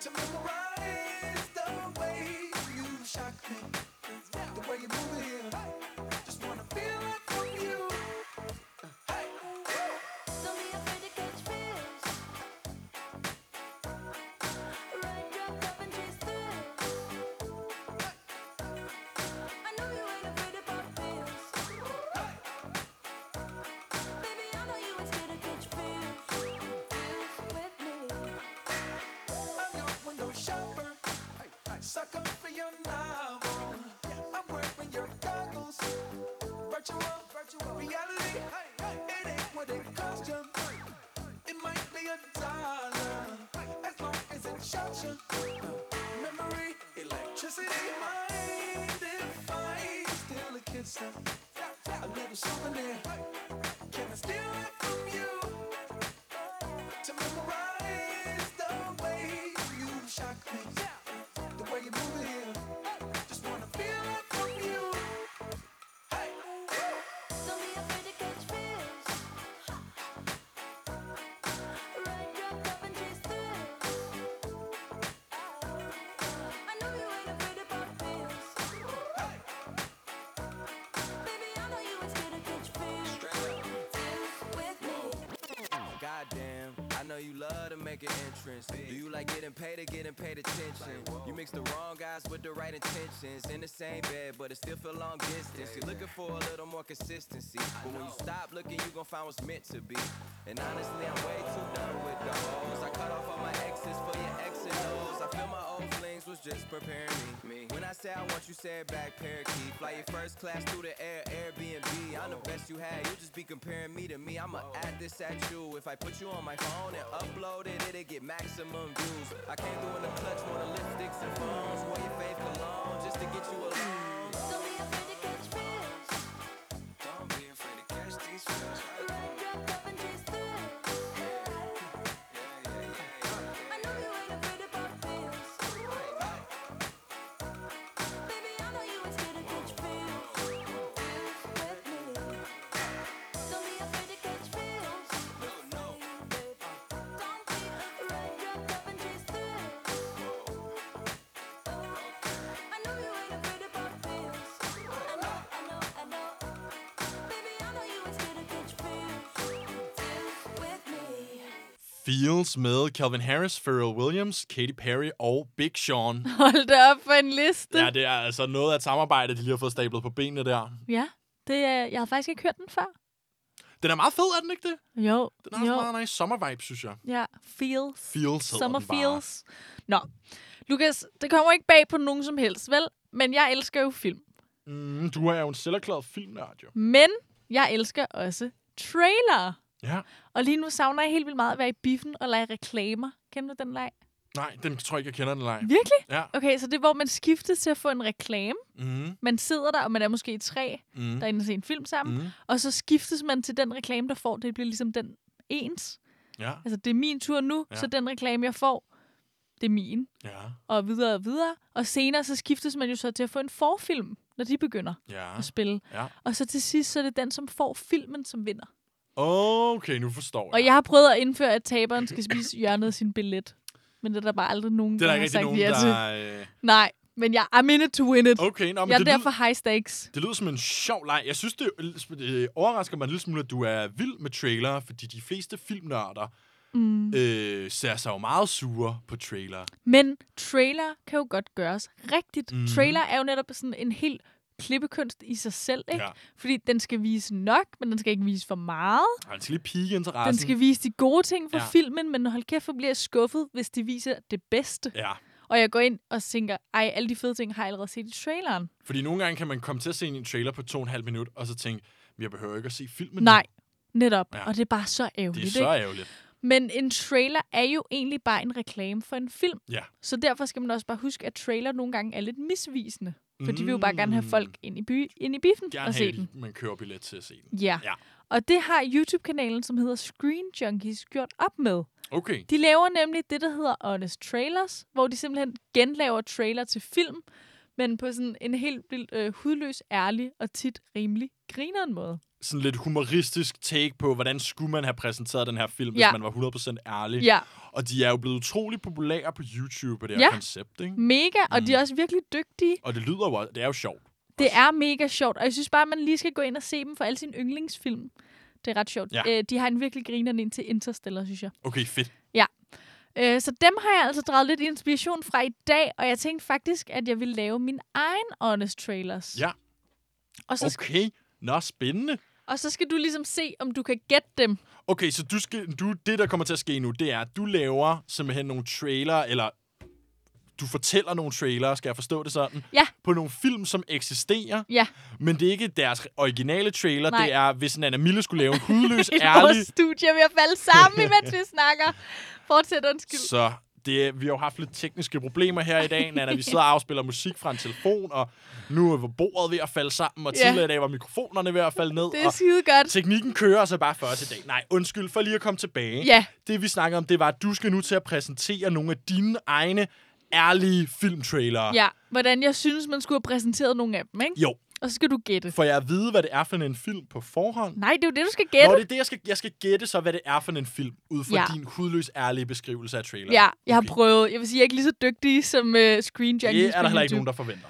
Speaker 7: To memorize the way you shock me, the way you move it here. Just wanna feel it from you. Hey,
Speaker 5: Don't be afraid to catch fish. Ride your cup and chase fish. I know you ain't afraid of our fears. Baby, I know you ain't scared to catch fish. Fish with me.
Speaker 7: I'm your window shopper, sucker for your novel. I'm wearing your goggles, virtual, virtual reality. It ain't what it cost you. It might be a dollar, as long as it shocks you. Memory, electricity, mind if I steal a kiss? A little souvenir. Can I steal it from you? To memorize the way you shock me. The way you move it here. Just wanna feel it from you. Hey,
Speaker 5: Don't be afraid to catch fish. Ride your cup and chase fish. I know you ain't afraid of our fears. Baby, I know you ain't scared to catch fish. Fish with me.
Speaker 8: make an entrance? Do you like getting paid or getting paid attention? You mix the wrong guys with the right intentions. In the same bed, but it still feel long distance. You're looking for a little more consistency. But when you stop looking, you gon' find what's meant to be. And honestly, I'm way too done with the hoes. I cut off all my exes for your ex and O's. I feel my old flings was just preparing me. When I say I want you, say it back, parakeet. Fly your first class through the air, Airbnb. I'm the best you had. You just be comparing me to me. I'ma add this at you. If I put you on my phone and upload it, it'll get maximum views. I came through in the clutch, more than lipsticks and phones. Wore your faith cologne just to get you alone.
Speaker 5: Don't be afraid to catch fish.
Speaker 8: Don't be afraid to catch these fish.
Speaker 5: Run, drop, up, and chase fish. I know you ain't afraid to pop pills. Baby, I know you ain't scared to catch fish. With me. Don't be afraid to catch fish. Don't be afraid. Run, drop, up, and chase fish. I know you ain't afraid to pop pills. I know, I know, I know. Baby, I know you ain't scared to catch fish. With me.
Speaker 2: Feels med Calvin Harris, Pharrell Williams, Katy Perry og Big
Speaker 1: (laughs)
Speaker 2: Sean.
Speaker 1: Hold da op for en liste.
Speaker 2: Ja, det er altså noget af et samarbejde, de lige har fået stablet på benene der.
Speaker 1: ja det er, jeg har faktisk ikke hørt den før.
Speaker 2: Den er meget fed, er den ikke det?
Speaker 1: Jo,
Speaker 2: Den har også
Speaker 1: jo.
Speaker 2: meget nice sommervibe, synes jeg.
Speaker 1: Ja, feels.
Speaker 2: Feels hedder
Speaker 1: Summer
Speaker 2: den bare.
Speaker 1: feels. Nå, Lukas, det kommer ikke bag på nogen som helst, vel? Men jeg elsker jo film.
Speaker 2: Mm, du er jo en selverklæret filmnørd, jo.
Speaker 1: Men jeg elsker også trailer.
Speaker 2: Ja.
Speaker 1: Og lige nu savner jeg helt vildt meget at være i biffen og lege reklamer. Kender du den leg?
Speaker 2: Nej, den tror jeg ikke, jeg kender den leg.
Speaker 1: Virkelig?
Speaker 2: Ja.
Speaker 1: Okay, så det er, hvor man skiftes til at få en reklame.
Speaker 2: Mm,
Speaker 1: Man sidder der, og man er måske i tre,
Speaker 2: mm,
Speaker 1: der er inde og se en film sammen.
Speaker 2: Mm.
Speaker 1: Mm. Og så skiftes man til den reklame, der får. Det bliver ligesom den ens.
Speaker 2: ja,
Speaker 1: Altså, det er min tur nu,
Speaker 2: Ja.
Speaker 1: ja. så den reklame, jeg får, det er min.
Speaker 2: ja,
Speaker 1: Og videre og videre. Og senere, så skiftes man jo så til at få en forfilm, når de begynder
Speaker 2: ja.
Speaker 1: at spille.
Speaker 2: Ja.
Speaker 1: Og så til sidst, så er det den, som får filmen, som vinder.
Speaker 2: Okay, nu forstår jeg.
Speaker 1: Og jeg har prøvet at indføre, at taberen skal
Speaker 2: (coughs)
Speaker 1: spise hjørnet af sin billet. Men det er der bare aldrig nogen,
Speaker 2: det er der
Speaker 1: har
Speaker 2: ikke rigtig
Speaker 1: sagt
Speaker 2: nogen,
Speaker 1: ja til.
Speaker 2: der... øh,
Speaker 1: Nej, men jeg I'm in it to win it. Okay,
Speaker 2: Okay, nå, men
Speaker 1: jeg er
Speaker 2: det,
Speaker 1: derfor
Speaker 2: lyder,
Speaker 1: high stakes.
Speaker 2: det lyder som en sjov leg. Jeg synes, det, det overrasker mig en lille smule, at du er vild med trailere, fordi de fleste filmnørder mm. øh, ser sig jo meget sure på trailere.
Speaker 1: Men trailer kan jo godt gøres rigtigt.
Speaker 2: Mhm.
Speaker 1: Mm. Trailer er jo netop sådan en helt klippekunst i sig selv, ikke?
Speaker 2: Ja.
Speaker 1: Ja. Fordi den skal vise nok, men den skal ikke vise for meget.
Speaker 2: Ej, Den skal lige pige interessen.
Speaker 1: Den skal vise de gode ting fra
Speaker 2: Ja.
Speaker 1: ja. filmen, men hold kæft, hvor bliver jeg skuffet, hvis de viser det bedste. Ja.
Speaker 2: Ja,
Speaker 1: Og jeg går ind og tænker, ej, alle de fede ting har jeg allerede set i traileren.
Speaker 2: fordi nogle gange kan man komme til at se en trailer på to og en halv minut, og så tænke, "Men jeg behøver ikke at se filmen. nu."
Speaker 1: Nej, netop.
Speaker 2: Ja.
Speaker 1: Ja. Og det er bare så
Speaker 2: Det
Speaker 1: ærgerligt,
Speaker 2: er så ærgerligt.
Speaker 1: Men en trailer er jo egentlig bare en reklame for en film.
Speaker 2: Ja.
Speaker 1: Så derfor skal man også bare huske, at trailer nogle gange er lidt misvisende. For de vil jo bare gerne have folk ind i, by, ind i biffen
Speaker 2: Mm. Gerne
Speaker 1: og se
Speaker 2: have,
Speaker 1: den.
Speaker 2: at man køber billet til at se den.
Speaker 1: Ja.
Speaker 2: Ja.
Speaker 1: Og det har YouTube-kanalen, som hedder Screen Junkies, gjort op med.
Speaker 2: Okay.
Speaker 1: De laver nemlig det, der hedder Honest Trailers, hvor de simpelthen genlaver trailer til film, men på sådan en helt vildt øh, hudløs, ærlig og tit rimelig grineren måde.
Speaker 2: Sådan lidt humoristisk take på, hvordan skulle man have præsenteret den her film,
Speaker 1: Ja.
Speaker 2: hvis man var 100% ærlig.
Speaker 1: Ja.
Speaker 2: Og de er jo blevet utrolig populære på YouTube, og det her
Speaker 1: Ja.
Speaker 2: koncept, ikke?
Speaker 1: Mega, og
Speaker 2: Mm.
Speaker 1: de er også virkelig dygtige.
Speaker 2: Og det lyder jo også, det er jo sjovt.
Speaker 1: Det er mega sjovt, og jeg synes bare, at man lige skal gå ind og se dem for alle sine yndlingsfilm. Det er ret sjovt.
Speaker 2: Ja.
Speaker 1: Øh, de har en virkelig grineren ind til Interstellar, synes jeg.
Speaker 2: Okay, fedt.
Speaker 1: Øh, så dem har jeg altså draget lidt inspiration fra i dag, og jeg tænkte faktisk, at jeg ville lave min egen Honest Trailers.
Speaker 2: Ja.
Speaker 1: Og så, okay.
Speaker 2: Okay. Nå, spændende.
Speaker 1: og så skal du ligesom se, om du kan gætte dem.
Speaker 2: Okay, så du skal, du, det, der kommer til at ske nu, det er, at du laver simpelthen nogle trailer, eller du fortæller nogle trailere, skal jeg forstå det sådan,
Speaker 1: Ja.
Speaker 2: på nogle film, som eksisterer,
Speaker 1: Ja,
Speaker 2: men det er ikke deres originale trailer,
Speaker 1: Nej.
Speaker 2: det er, hvis Nana Mille skulle
Speaker 1: (laughs)
Speaker 2: lave en hudløs,
Speaker 1: et
Speaker 2: ærlig
Speaker 1: vores studie er ved at falde sammen, imens vi snakker. Fortsæt, undskyld.
Speaker 2: Så det, er- vi har jo haft lidt tekniske problemer her i dag,
Speaker 1: (laughs)
Speaker 2: Nana. Vi sidder og afspiller musik fra en telefon, og nu var bordet ved at falde sammen, og
Speaker 1: Ja.
Speaker 2: tidligere i dag var mikrofonerne ved at falde ned.
Speaker 1: Det er
Speaker 2: og
Speaker 1: skide godt.
Speaker 2: teknikken kører så bare for os i dag. Nej, undskyld for lige at komme tilbage.
Speaker 1: Ja.
Speaker 2: Det vi snakker om, det var, at du skal nu til at præsentere nogle af dine egne ærlige filmtrailere.
Speaker 1: Ja, hvordan jeg synes, man skulle have præsenteret nogle af dem, ikke?
Speaker 2: Jo,
Speaker 1: Og så skal du gætte.
Speaker 2: for jeg at vide, hvad det er for en film på forhånd.
Speaker 1: Nej, det er jo det, du skal
Speaker 2: Nå,
Speaker 1: gætte.
Speaker 2: det er det, jeg skal, jeg skal gætte så, hvad det er for en film, ud fra
Speaker 1: Ja.
Speaker 2: din hudløs ærlige beskrivelse af traileren.
Speaker 1: Ja, jeg har
Speaker 2: Okay.
Speaker 1: prøvet. Jeg vil sige, jeg er ikke lige så dygtig som uh, Screen Junkies.
Speaker 2: Det er der
Speaker 1: på
Speaker 2: heller ikke
Speaker 1: YouTube.
Speaker 2: nogen, der forventer.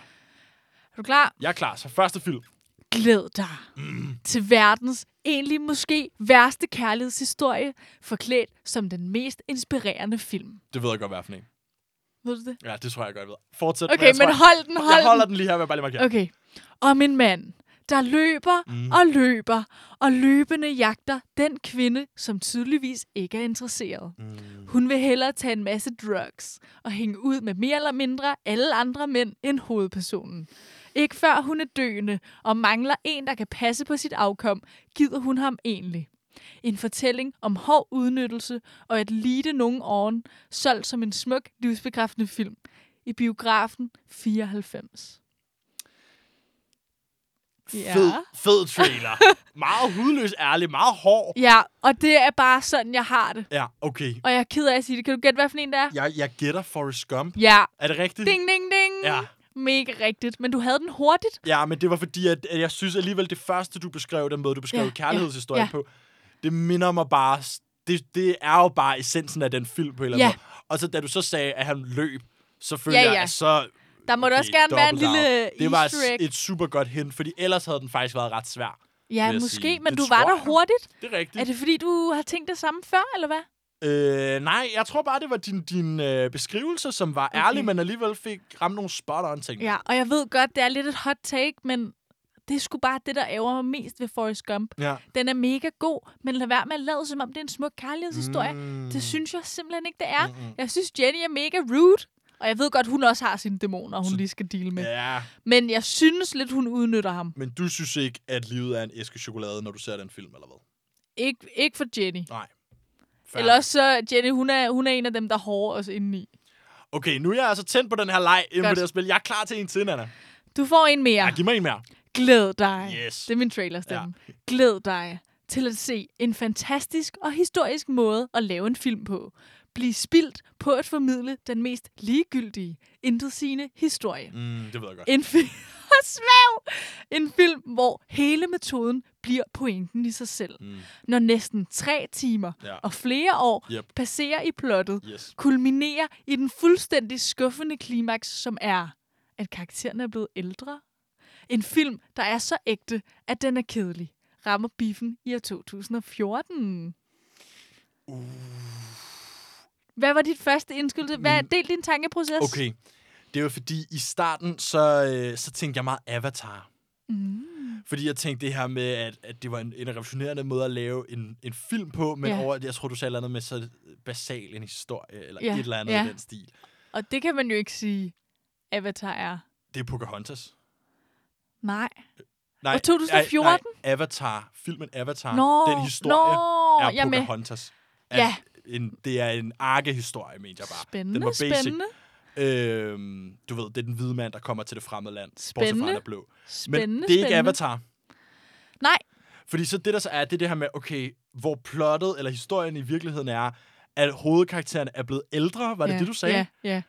Speaker 1: Er du klar?
Speaker 2: Jeg er klar, så første film. Mm.
Speaker 1: Glæd dig til verdens egentlig måske værste kærlighedshistorie, forklædt som den mest inspirerende film.
Speaker 2: Det ved jeg godt, hvad for en.
Speaker 1: Ved du det?
Speaker 2: Ja, det tror jeg godt, jeg ved. Fortsæt.
Speaker 1: Okay,
Speaker 2: jeg
Speaker 1: men
Speaker 2: tror-
Speaker 1: hold den, hold
Speaker 2: Jeg holder
Speaker 1: den.
Speaker 2: den lige her, vil jeg bare lige markere.
Speaker 1: Okay. Om en mand, der løber mm. og løber, og løbende jagter den kvinde, som tydeligvis ikke er interesseret. Mm. Hun vil hellere tage en masse drugs og hænge ud med mere eller mindre alle andre mænd end hovedpersonen. Ikke før hun er døende og mangler en, der kan passe på sit afkom, gider hun ham egentlig. En fortælling om hård udnyttelse og at lide nogen oven, solgt som en smuk, livsbekræftende film. I biografen 94. Ja.
Speaker 2: Fed, fed
Speaker 1: (laughs)
Speaker 2: trailer. meget hudløs ærlig, meget hård.
Speaker 1: Ja, og det er bare sådan, jeg har det.
Speaker 2: Ja, okay.
Speaker 1: Og jeg er ked af at sige det. Kan du gætte, hvad for en det er?
Speaker 2: Jeg, jeg gætter Forrest Gump.
Speaker 1: ja.
Speaker 2: Er det rigtigt?
Speaker 1: Ding, ding, ding.
Speaker 2: Ja.
Speaker 1: Mega rigtigt. Men du havde den hurtigt.
Speaker 2: Ja, men det var fordi, at, at jeg synes alligevel, det første, du beskrev, den måde, du beskrev
Speaker 1: Ja,
Speaker 2: ja,
Speaker 1: ja,
Speaker 2: kærlighedshistorien
Speaker 1: ja.
Speaker 2: ja, på, det minder mig bare... Det, det er jo bare essensen af den film på en eller
Speaker 1: Ja.
Speaker 2: anden måde. Og så da du så sagde, at han løb, så føler
Speaker 1: Ja,
Speaker 2: ja,
Speaker 1: ja.
Speaker 2: ja. jeg, så...
Speaker 1: Der må okay,
Speaker 2: okay,
Speaker 1: også gerne være en
Speaker 2: dobbelt
Speaker 1: lille
Speaker 2: down. Det var
Speaker 1: easter egg.
Speaker 2: et super godt hint, fordi ellers havde den faktisk været ret svær.
Speaker 1: ja,
Speaker 2: vil jeg
Speaker 1: måske,
Speaker 2: sige.
Speaker 1: men
Speaker 2: Det
Speaker 1: du var
Speaker 2: tror
Speaker 1: der
Speaker 2: jeg.
Speaker 1: hurtigt.
Speaker 2: Det er rigtigt.
Speaker 1: Er det fordi, du har tænkt det samme før, eller hvad?
Speaker 2: Øh, nej, jeg tror bare, det var din, din øh, beskrivelse, som var okay. ærlig, men alligevel fik ramt nogle spot on ting.
Speaker 1: Ja, og jeg ved godt, det er lidt et hot take, men det er sgu bare det, der ærger mig mest ved Forrest Gump.
Speaker 2: ja.
Speaker 1: Den er mega god, men lad være med at lade, som om det er en smuk kærlighedshistorie. Mm. Det synes jeg simpelthen ikke, det er. Mm-mm. Jeg synes, Jenny er mega rude, og jeg ved godt, hun også har sine dæmoner, hun lige skal deal med.
Speaker 2: ja.
Speaker 1: Men jeg synes lidt, hun udnytter ham.
Speaker 2: Men du synes ikke, at livet er en æske chokolade, når du ser den film, eller hvad?
Speaker 1: Ik- ikke for Jenny.
Speaker 2: Nej. Fair.
Speaker 1: Eller også så, Jenny, hun er, hun er en af dem, der hårder os indeni.
Speaker 2: Okay, nu er jeg altså tændt på den her leg inden på
Speaker 1: Godt.
Speaker 2: det her spil. Jeg er klar til en til, Anna.
Speaker 1: Du får en mere.
Speaker 2: Ja, giv mig en mere.
Speaker 1: Glæd dig.
Speaker 2: Yes.
Speaker 1: Det er min trailerstemme. Ja. Glæd dig til at se en fantastisk og historisk måde at lave en film på. Bliv spildt på at formidle den mest ligegyldige, intetsigende historie.
Speaker 2: Mm, det ved jeg godt.
Speaker 1: En film... (laughs) Smav! En film, hvor hele metoden bliver pointen i sig selv. Mm. Når næsten tre timer
Speaker 2: Ja.
Speaker 1: og flere år
Speaker 2: Yep.
Speaker 1: passerer i plottet,
Speaker 2: Yes.
Speaker 1: kulminerer i den fuldstændig skuffende klimaks, som er, at karakteren er blevet ældre. En film, der er så ægte, at den er kedelig, rammer biffen i år 2014. Uh.
Speaker 2: Uh.
Speaker 1: Hvad var dit første indskydelse? Hvad, del din tankeproces.
Speaker 2: Mm. Okay. Det var fordi, i starten, så, øh, så tænkte jeg meget Avatar. Mm. Fordi jeg tænkte det her med, at, at det var en, en revolutionerende måde at lave en, en film på, men
Speaker 1: Ja.
Speaker 2: ja. over, jeg tror, du sagde et eller andet med så basal en historie, eller
Speaker 1: Ja,
Speaker 2: ja. et eller andet
Speaker 1: ja.
Speaker 2: ja. i den stil.
Speaker 1: Og det kan man jo ikke sige, Avatar er.
Speaker 2: Det er Pocahontas.
Speaker 1: Nej.
Speaker 2: Nej,
Speaker 1: Og 2014?
Speaker 2: Nej, nej, Avatar. Filmen Avatar.
Speaker 1: Nå,
Speaker 2: Ah, den historie
Speaker 1: nå,
Speaker 2: er
Speaker 1: jeg er med.
Speaker 2: Pocahontas. Er
Speaker 1: Ja.
Speaker 2: En, det er en arkehistorie, mener jeg bare.
Speaker 1: Spændende,
Speaker 2: den var basic.
Speaker 1: spændende.
Speaker 2: Øhm, du ved, det er den hvide mand, der kommer til det fremmede land. Bortset
Speaker 1: Spændende.
Speaker 2: fra, han er blå. Men
Speaker 1: Spændende,
Speaker 2: det er ikke
Speaker 1: spændende.
Speaker 2: Avatar.
Speaker 1: Nej,
Speaker 2: Fordi så det, der så er, det er det her med, okay, hvor plottet eller historien i virkeligheden er, at hovedkarakteren er blevet ældre. Var det
Speaker 1: ja,
Speaker 2: det, du sagde?
Speaker 1: Ja, ja.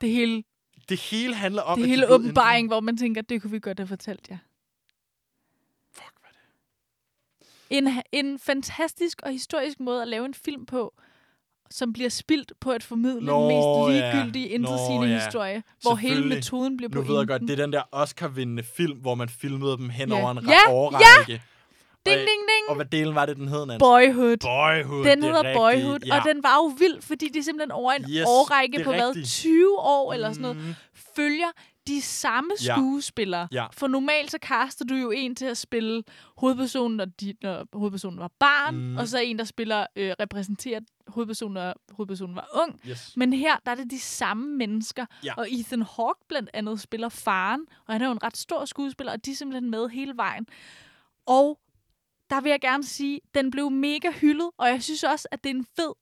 Speaker 1: Det hele,
Speaker 2: Det hele handler om...
Speaker 1: det
Speaker 2: at de
Speaker 1: hele
Speaker 2: er blevet
Speaker 1: åbenbaring, hvor man tænker, det kunne vi godt have fortalt jer.
Speaker 2: Fuck, hvad er det?
Speaker 1: En, en fantastisk og historisk måde at lave en film på, som bliver spildt på at formidle
Speaker 2: Nå,
Speaker 1: den mest
Speaker 2: ja.
Speaker 1: ligegyldige, ja.
Speaker 2: Nå,
Speaker 1: intetsigende
Speaker 2: ja.
Speaker 1: historie, hvor hele
Speaker 2: Selvfølgelig.
Speaker 1: metoden bliver
Speaker 2: Nu
Speaker 1: på
Speaker 2: ved jeg godt, det er den der Oscar-vindende film, hvor man filmede dem hen
Speaker 1: Ja.
Speaker 2: over en
Speaker 1: Ja,
Speaker 2: ja. årrække. Ja!
Speaker 1: Ding, ding, ding.
Speaker 2: Og hvad delen var det, den hed, Nancy?
Speaker 1: Boyhood.
Speaker 2: Boyhood.
Speaker 1: Den
Speaker 2: det er
Speaker 1: hedder
Speaker 2: rigtigt,
Speaker 1: Boyhood,
Speaker 2: ja.
Speaker 1: og den var jo vild, fordi det simpelthen over en yes,
Speaker 2: Yes,
Speaker 1: årrække
Speaker 2: det er
Speaker 1: på hvad,
Speaker 2: rigtigt. Mhm.
Speaker 1: 20 år eller sådan noget, følger de samme
Speaker 2: Ja.
Speaker 1: skuespillere.
Speaker 2: Ja.
Speaker 1: For normalt så kaster du jo en til at spille hovedpersonen, når, de, når hovedpersonen var barn,
Speaker 2: Mhm.
Speaker 1: mm. og så en, der spiller øh, repræsenterer hovedpersonen, når hovedpersonen var ung.
Speaker 2: Yes.
Speaker 1: Men her, der er det de samme mennesker,
Speaker 2: Ja.
Speaker 1: og Ethan Hawke blandt andet spiller faren, og han er jo en ret stor skuespiller, og de er simpelthen med hele vejen. Og der vil jeg gerne sige, den blev mega hyldet, og jeg synes også, at det er en fed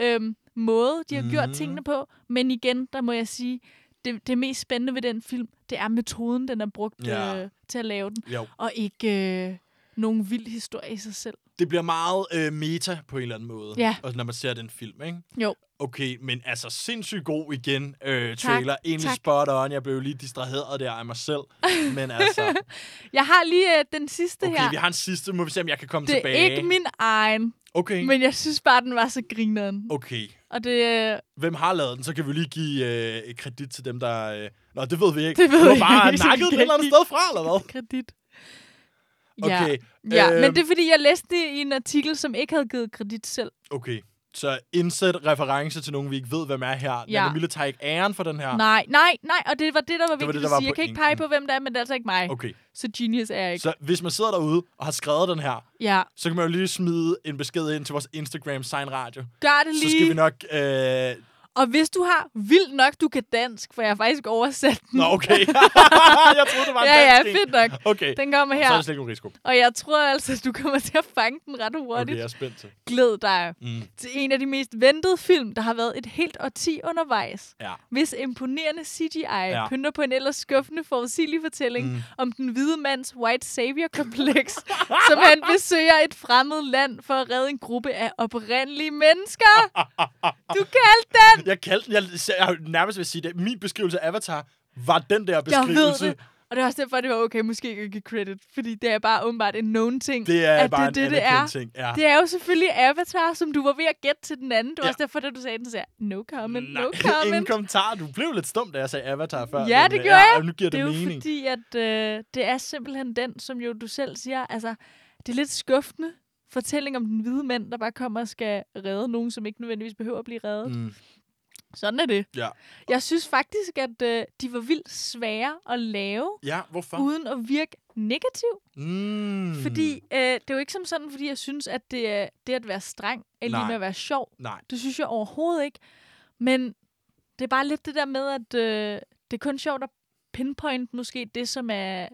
Speaker 1: øhm, måde, de har gjort
Speaker 2: Mhm.
Speaker 1: tingene på. Men igen, der må jeg sige, det, det mest spændende ved den film, det er metoden, den er brugt ja.
Speaker 2: Ja.
Speaker 1: øh, til at lave den.
Speaker 2: Jo.
Speaker 1: Og ikke øh, nogen vild historie i sig selv.
Speaker 2: Det bliver meget øh, meta på en eller anden måde,
Speaker 1: Ja.
Speaker 2: og når man ser den film, ikke?
Speaker 1: Jo,
Speaker 2: Okay, men altså sindssygt god igen, øh, trailer. Egentlig
Speaker 1: tak.
Speaker 2: spot on. Jeg blev lige distraheret der af mig
Speaker 1: (laughs)
Speaker 2: selv. Men altså,
Speaker 1: jeg har lige øh, den sidste
Speaker 2: okay,
Speaker 1: her.
Speaker 2: vi har en sidste, må vi se, om jeg kan komme
Speaker 1: det er
Speaker 2: tilbage.
Speaker 1: ikke min egen,
Speaker 2: Okay,
Speaker 1: men jeg synes bare, den var så grineren.
Speaker 2: okay.
Speaker 1: Og det, øh,
Speaker 2: Hvem har lavet den? Så kan vi lige give øh, et kredit til dem, der... Øh... Nå, det ved vi
Speaker 1: (laughs)
Speaker 2: ikke.
Speaker 1: Det ved
Speaker 2: du har
Speaker 1: jeg
Speaker 2: bare
Speaker 1: ikke, så vi
Speaker 2: nakket
Speaker 1: kan
Speaker 2: den et
Speaker 1: ikke
Speaker 2: eller andet sted fra, eller hvad?
Speaker 1: kredit.
Speaker 2: Okay.
Speaker 1: (laughs) Ja, ja. men
Speaker 2: øhm,
Speaker 1: det er, fordi jeg læste det i en artikel, som ikke havde givet kredit selv.
Speaker 2: Okay. Så indsæt reference til nogen, vi ikke ved, hvem er her. Ja.
Speaker 1: Ja.
Speaker 2: Nanna Mille tager ikke æren for den her.
Speaker 1: Nej, nej, nej, og det var det, der var
Speaker 2: Ah. det,
Speaker 1: vigtigt
Speaker 2: der
Speaker 1: at
Speaker 2: var
Speaker 1: sige. Jeg kan ikke pege
Speaker 2: pointen.
Speaker 1: på, hvem det er, men det er altså ikke mig.
Speaker 2: Okay.
Speaker 1: Så genius er jeg ikke.
Speaker 2: Så hvis man sidder derude og har skrevet den her,
Speaker 1: Ja,
Speaker 2: så kan man jo lige smide en besked ind til vores Instagram, Sign Radio.
Speaker 1: gør det
Speaker 2: Så
Speaker 1: lige.
Speaker 2: skal vi nok... Øh...
Speaker 1: Og hvis du har vildt nok, du kan dansk, for jeg har faktisk oversat den.
Speaker 2: Nå,
Speaker 1: (laughs)
Speaker 2: okay. jeg troede, det var en
Speaker 1: ja, ja,
Speaker 2: dansk en.
Speaker 1: fedt nok.
Speaker 2: Okay,
Speaker 1: Den kommer
Speaker 2: så er
Speaker 1: her,
Speaker 2: det slet ikke en risiko.
Speaker 1: og jeg tror altså, du kommer til at fange den ret hurtigt.
Speaker 2: Okay, jeg er spændt til.
Speaker 1: Glæd dig
Speaker 2: Mm.
Speaker 1: til en af de mest ventede film, der har været et helt årti undervejs.
Speaker 2: Ja.
Speaker 1: Hvis imponerende CGI
Speaker 2: Ja.
Speaker 1: ja. pynter på en ellers skuffende forudsigelig fortælling mm. om den hvide mands white savior-kompleks, (laughs) som han besøger et fremmed land for at redde en gruppe af oprindelige mennesker.
Speaker 2: (laughs)
Speaker 1: Du kaldte den!
Speaker 2: Jeg kaldte den, jeg, jeg nærmest vil sige det, min beskrivelse af Avatar var den der
Speaker 1: Jeg
Speaker 2: beskrivelse.
Speaker 1: ved det. Og det er også derfor, at det var okay, måske ikke at give credit. Fordi det er bare åbenbart en known ting,
Speaker 2: Det er
Speaker 1: at
Speaker 2: bare
Speaker 1: det, det,
Speaker 2: en
Speaker 1: det er.
Speaker 2: anerkendt ting. Ja.
Speaker 1: Det er jo selvfølgelig Avatar, som du var ved at gætte til den anden. Det var
Speaker 2: Ja.
Speaker 1: ja. også derfor, da du sagde den, så sagde jeg, no comment,
Speaker 2: Nej,
Speaker 1: no
Speaker 2: ingen (laughs)
Speaker 1: comment.
Speaker 2: kommentar. Du blev lidt stum, da jeg sagde Avatar før.
Speaker 1: ja,
Speaker 2: men,
Speaker 1: det gjorde jeg.
Speaker 2: og Nu giver det,
Speaker 1: det er jo
Speaker 2: mening.
Speaker 1: fordi, at øh, det er simpelthen den, som jo du selv siger, altså, det er lidt skuffende fortælling om den hvide mand, der bare kommer og skal redde nogen, som ikke nødvendigvis behøver at blive reddet.
Speaker 2: Mm.
Speaker 1: Sådan er det.
Speaker 2: Ja.
Speaker 1: Jeg synes faktisk, at øh, de var vildt svære at lave,
Speaker 2: ja, hvorfor?
Speaker 1: uden at virke negativ.
Speaker 2: Mm.
Speaker 1: Fordi øh, det er jo ikke som sådan, fordi jeg synes, at det, er- det at være streng er lige
Speaker 2: Nej.
Speaker 1: med at være sjov.
Speaker 2: Nej.
Speaker 1: Det synes jeg overhovedet ikke. Men det er bare lidt det der med, at øh, det er kun sjovt at pinpoint måske det, som er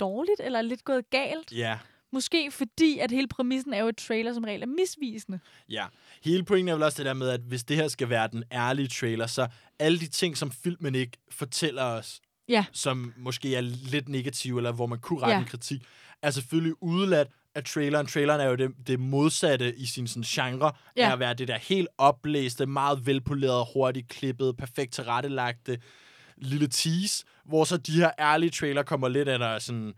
Speaker 1: dårligt eller er lidt gået galt.
Speaker 2: Ja.
Speaker 1: Måske fordi, at hele præmissen er jo, at trailer som regel er misvisende.
Speaker 2: Ja. Hele pointen er vel også det der med, at hvis det her skal være den ærlige trailer, så alle de ting, som filmen ikke fortæller os,
Speaker 1: Ja.
Speaker 2: som måske er lidt negative, eller hvor man kunne rette
Speaker 1: Ja.
Speaker 2: en kritik, er selvfølgelig udeladt af traileren. Traileren er jo det, det modsatte i sin sådan, genre, ja.
Speaker 1: Ja.
Speaker 2: af at være det der helt oplæste, meget velpolerede, hurtigt klippede, perfekt tilrettelagte lille tease, hvor så de her ærlige trailer kommer lidt af der sådan